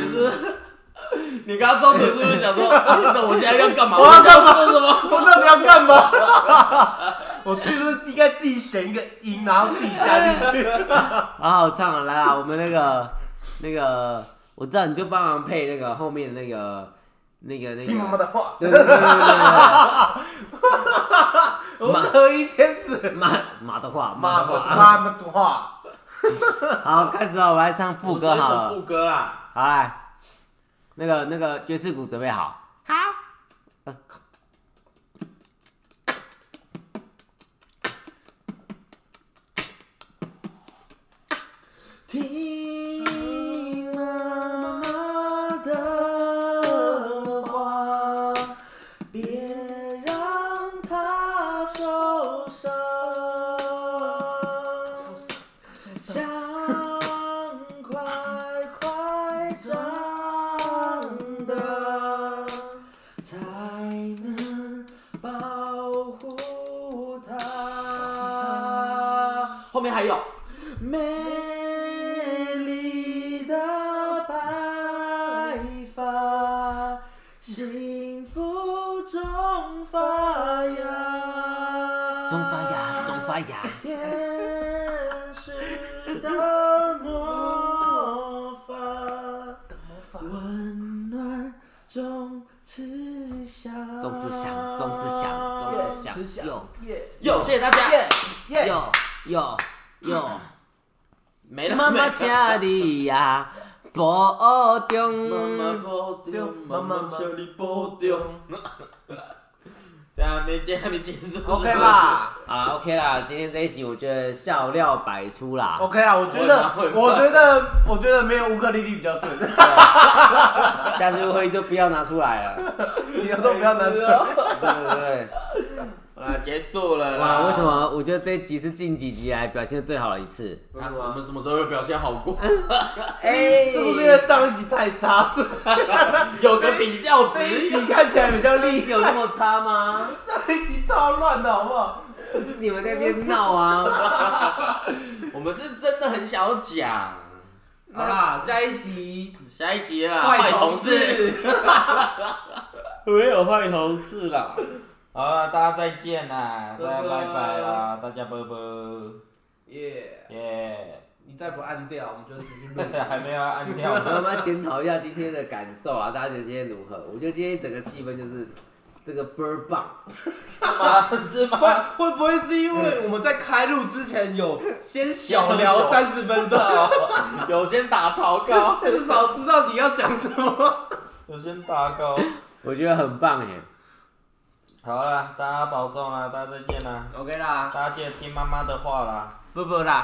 Speaker 2: 你刚刚重点是不是想说，啊那我现在要干嘛？
Speaker 3: 我要干
Speaker 2: 嘛？做什么？
Speaker 3: 我到底要干嘛？ 我是不是应该自己选一个音，然后自己加进
Speaker 2: 哎
Speaker 3: 去？
Speaker 1: 好好唱啊！来啦，我们那个那个，我知道你就帮忙配那个后面那个那个那个。
Speaker 3: 听妈妈的话，
Speaker 1: 对对对对对
Speaker 3: 我可以天使
Speaker 1: 对，马马的话，
Speaker 3: 妈
Speaker 1: 马的
Speaker 3: 妈
Speaker 1: 话。
Speaker 3: 妈妈的话，
Speaker 1: 好，开始了，啊我们来唱副歌好
Speaker 2: 副
Speaker 1: 了。
Speaker 2: 歌啊啦，
Speaker 1: 好来，那个那个爵士鼓准备好。好。
Speaker 2: 听妈妈的话，别让她受伤。想快快长大，才能保护她。啊后面还有美丽的白发，幸福中发芽。
Speaker 1: 中发芽，中发芽。
Speaker 2: 天使的魔法，温暖中慈祥，
Speaker 1: 钟志祥，钟志祥，钟志祥，有
Speaker 3: 耶
Speaker 2: 哟，谢谢大家，
Speaker 3: 耶
Speaker 1: 有有有。
Speaker 2: 没了，
Speaker 1: 妈
Speaker 2: 没
Speaker 1: 妈，
Speaker 2: 了
Speaker 1: 请你呀、保重。Mm.
Speaker 2: 妈妈保重，妈妈请你保重。这样没这还没结束
Speaker 3: ，OK 吧
Speaker 1: 啊，OK 啦，今天这一集我觉得笑料百出啦。
Speaker 3: ？OK 啊，我觉得，
Speaker 2: 我
Speaker 3: 我觉得，我觉得没有乌克丽丽比较顺，
Speaker 1: 下次会就不要拿出来了。
Speaker 3: 你都不要拿出来。
Speaker 2: 来。
Speaker 1: 对对 对。
Speaker 2: 啊，结束了啦。
Speaker 1: 哇，为什么？我觉得这一集是近几集来表现最好的一次。
Speaker 2: 啊？我们什么时候有表现好过？
Speaker 1: 哎
Speaker 3: 是不是因为上一集太差，所以
Speaker 2: 有个比较
Speaker 3: 这一
Speaker 2: 值。
Speaker 3: 集看起来比较厉害？
Speaker 1: 有那么差吗？
Speaker 3: 上一集超乱的好不好？
Speaker 1: 是 你们那边闹啊！
Speaker 2: 我们是真的很想要讲。
Speaker 3: 啊，下一集
Speaker 2: 下一集啦，坏同事。，
Speaker 1: 我有坏同事啦。
Speaker 2: 好了，大家再见啦，
Speaker 3: 拜拜
Speaker 2: 大家拜拜啦，大家啵啵，
Speaker 3: 耶！
Speaker 2: 耶！
Speaker 3: 你再不按掉，我们就继续录。
Speaker 2: 还没有要按
Speaker 1: 我
Speaker 2: 掉
Speaker 1: 们要
Speaker 2: 吗？
Speaker 1: 不要检讨一下今天的感受啊？大家觉得今天如何？我觉得今天整个气氛就是这个倍儿棒，
Speaker 2: 是吗？
Speaker 3: 会 会不会是因为我们在开录之前有先 小聊三十分钟，
Speaker 2: 有先打草稿，
Speaker 3: 至少知道你要讲什么？
Speaker 2: 有先打稿。
Speaker 1: 我觉得很棒哎。
Speaker 2: 好了，大家保重啦，大家再见啦，
Speaker 3: OK 啦，
Speaker 2: 大家记得听妈妈的话啦。
Speaker 3: 不不啦。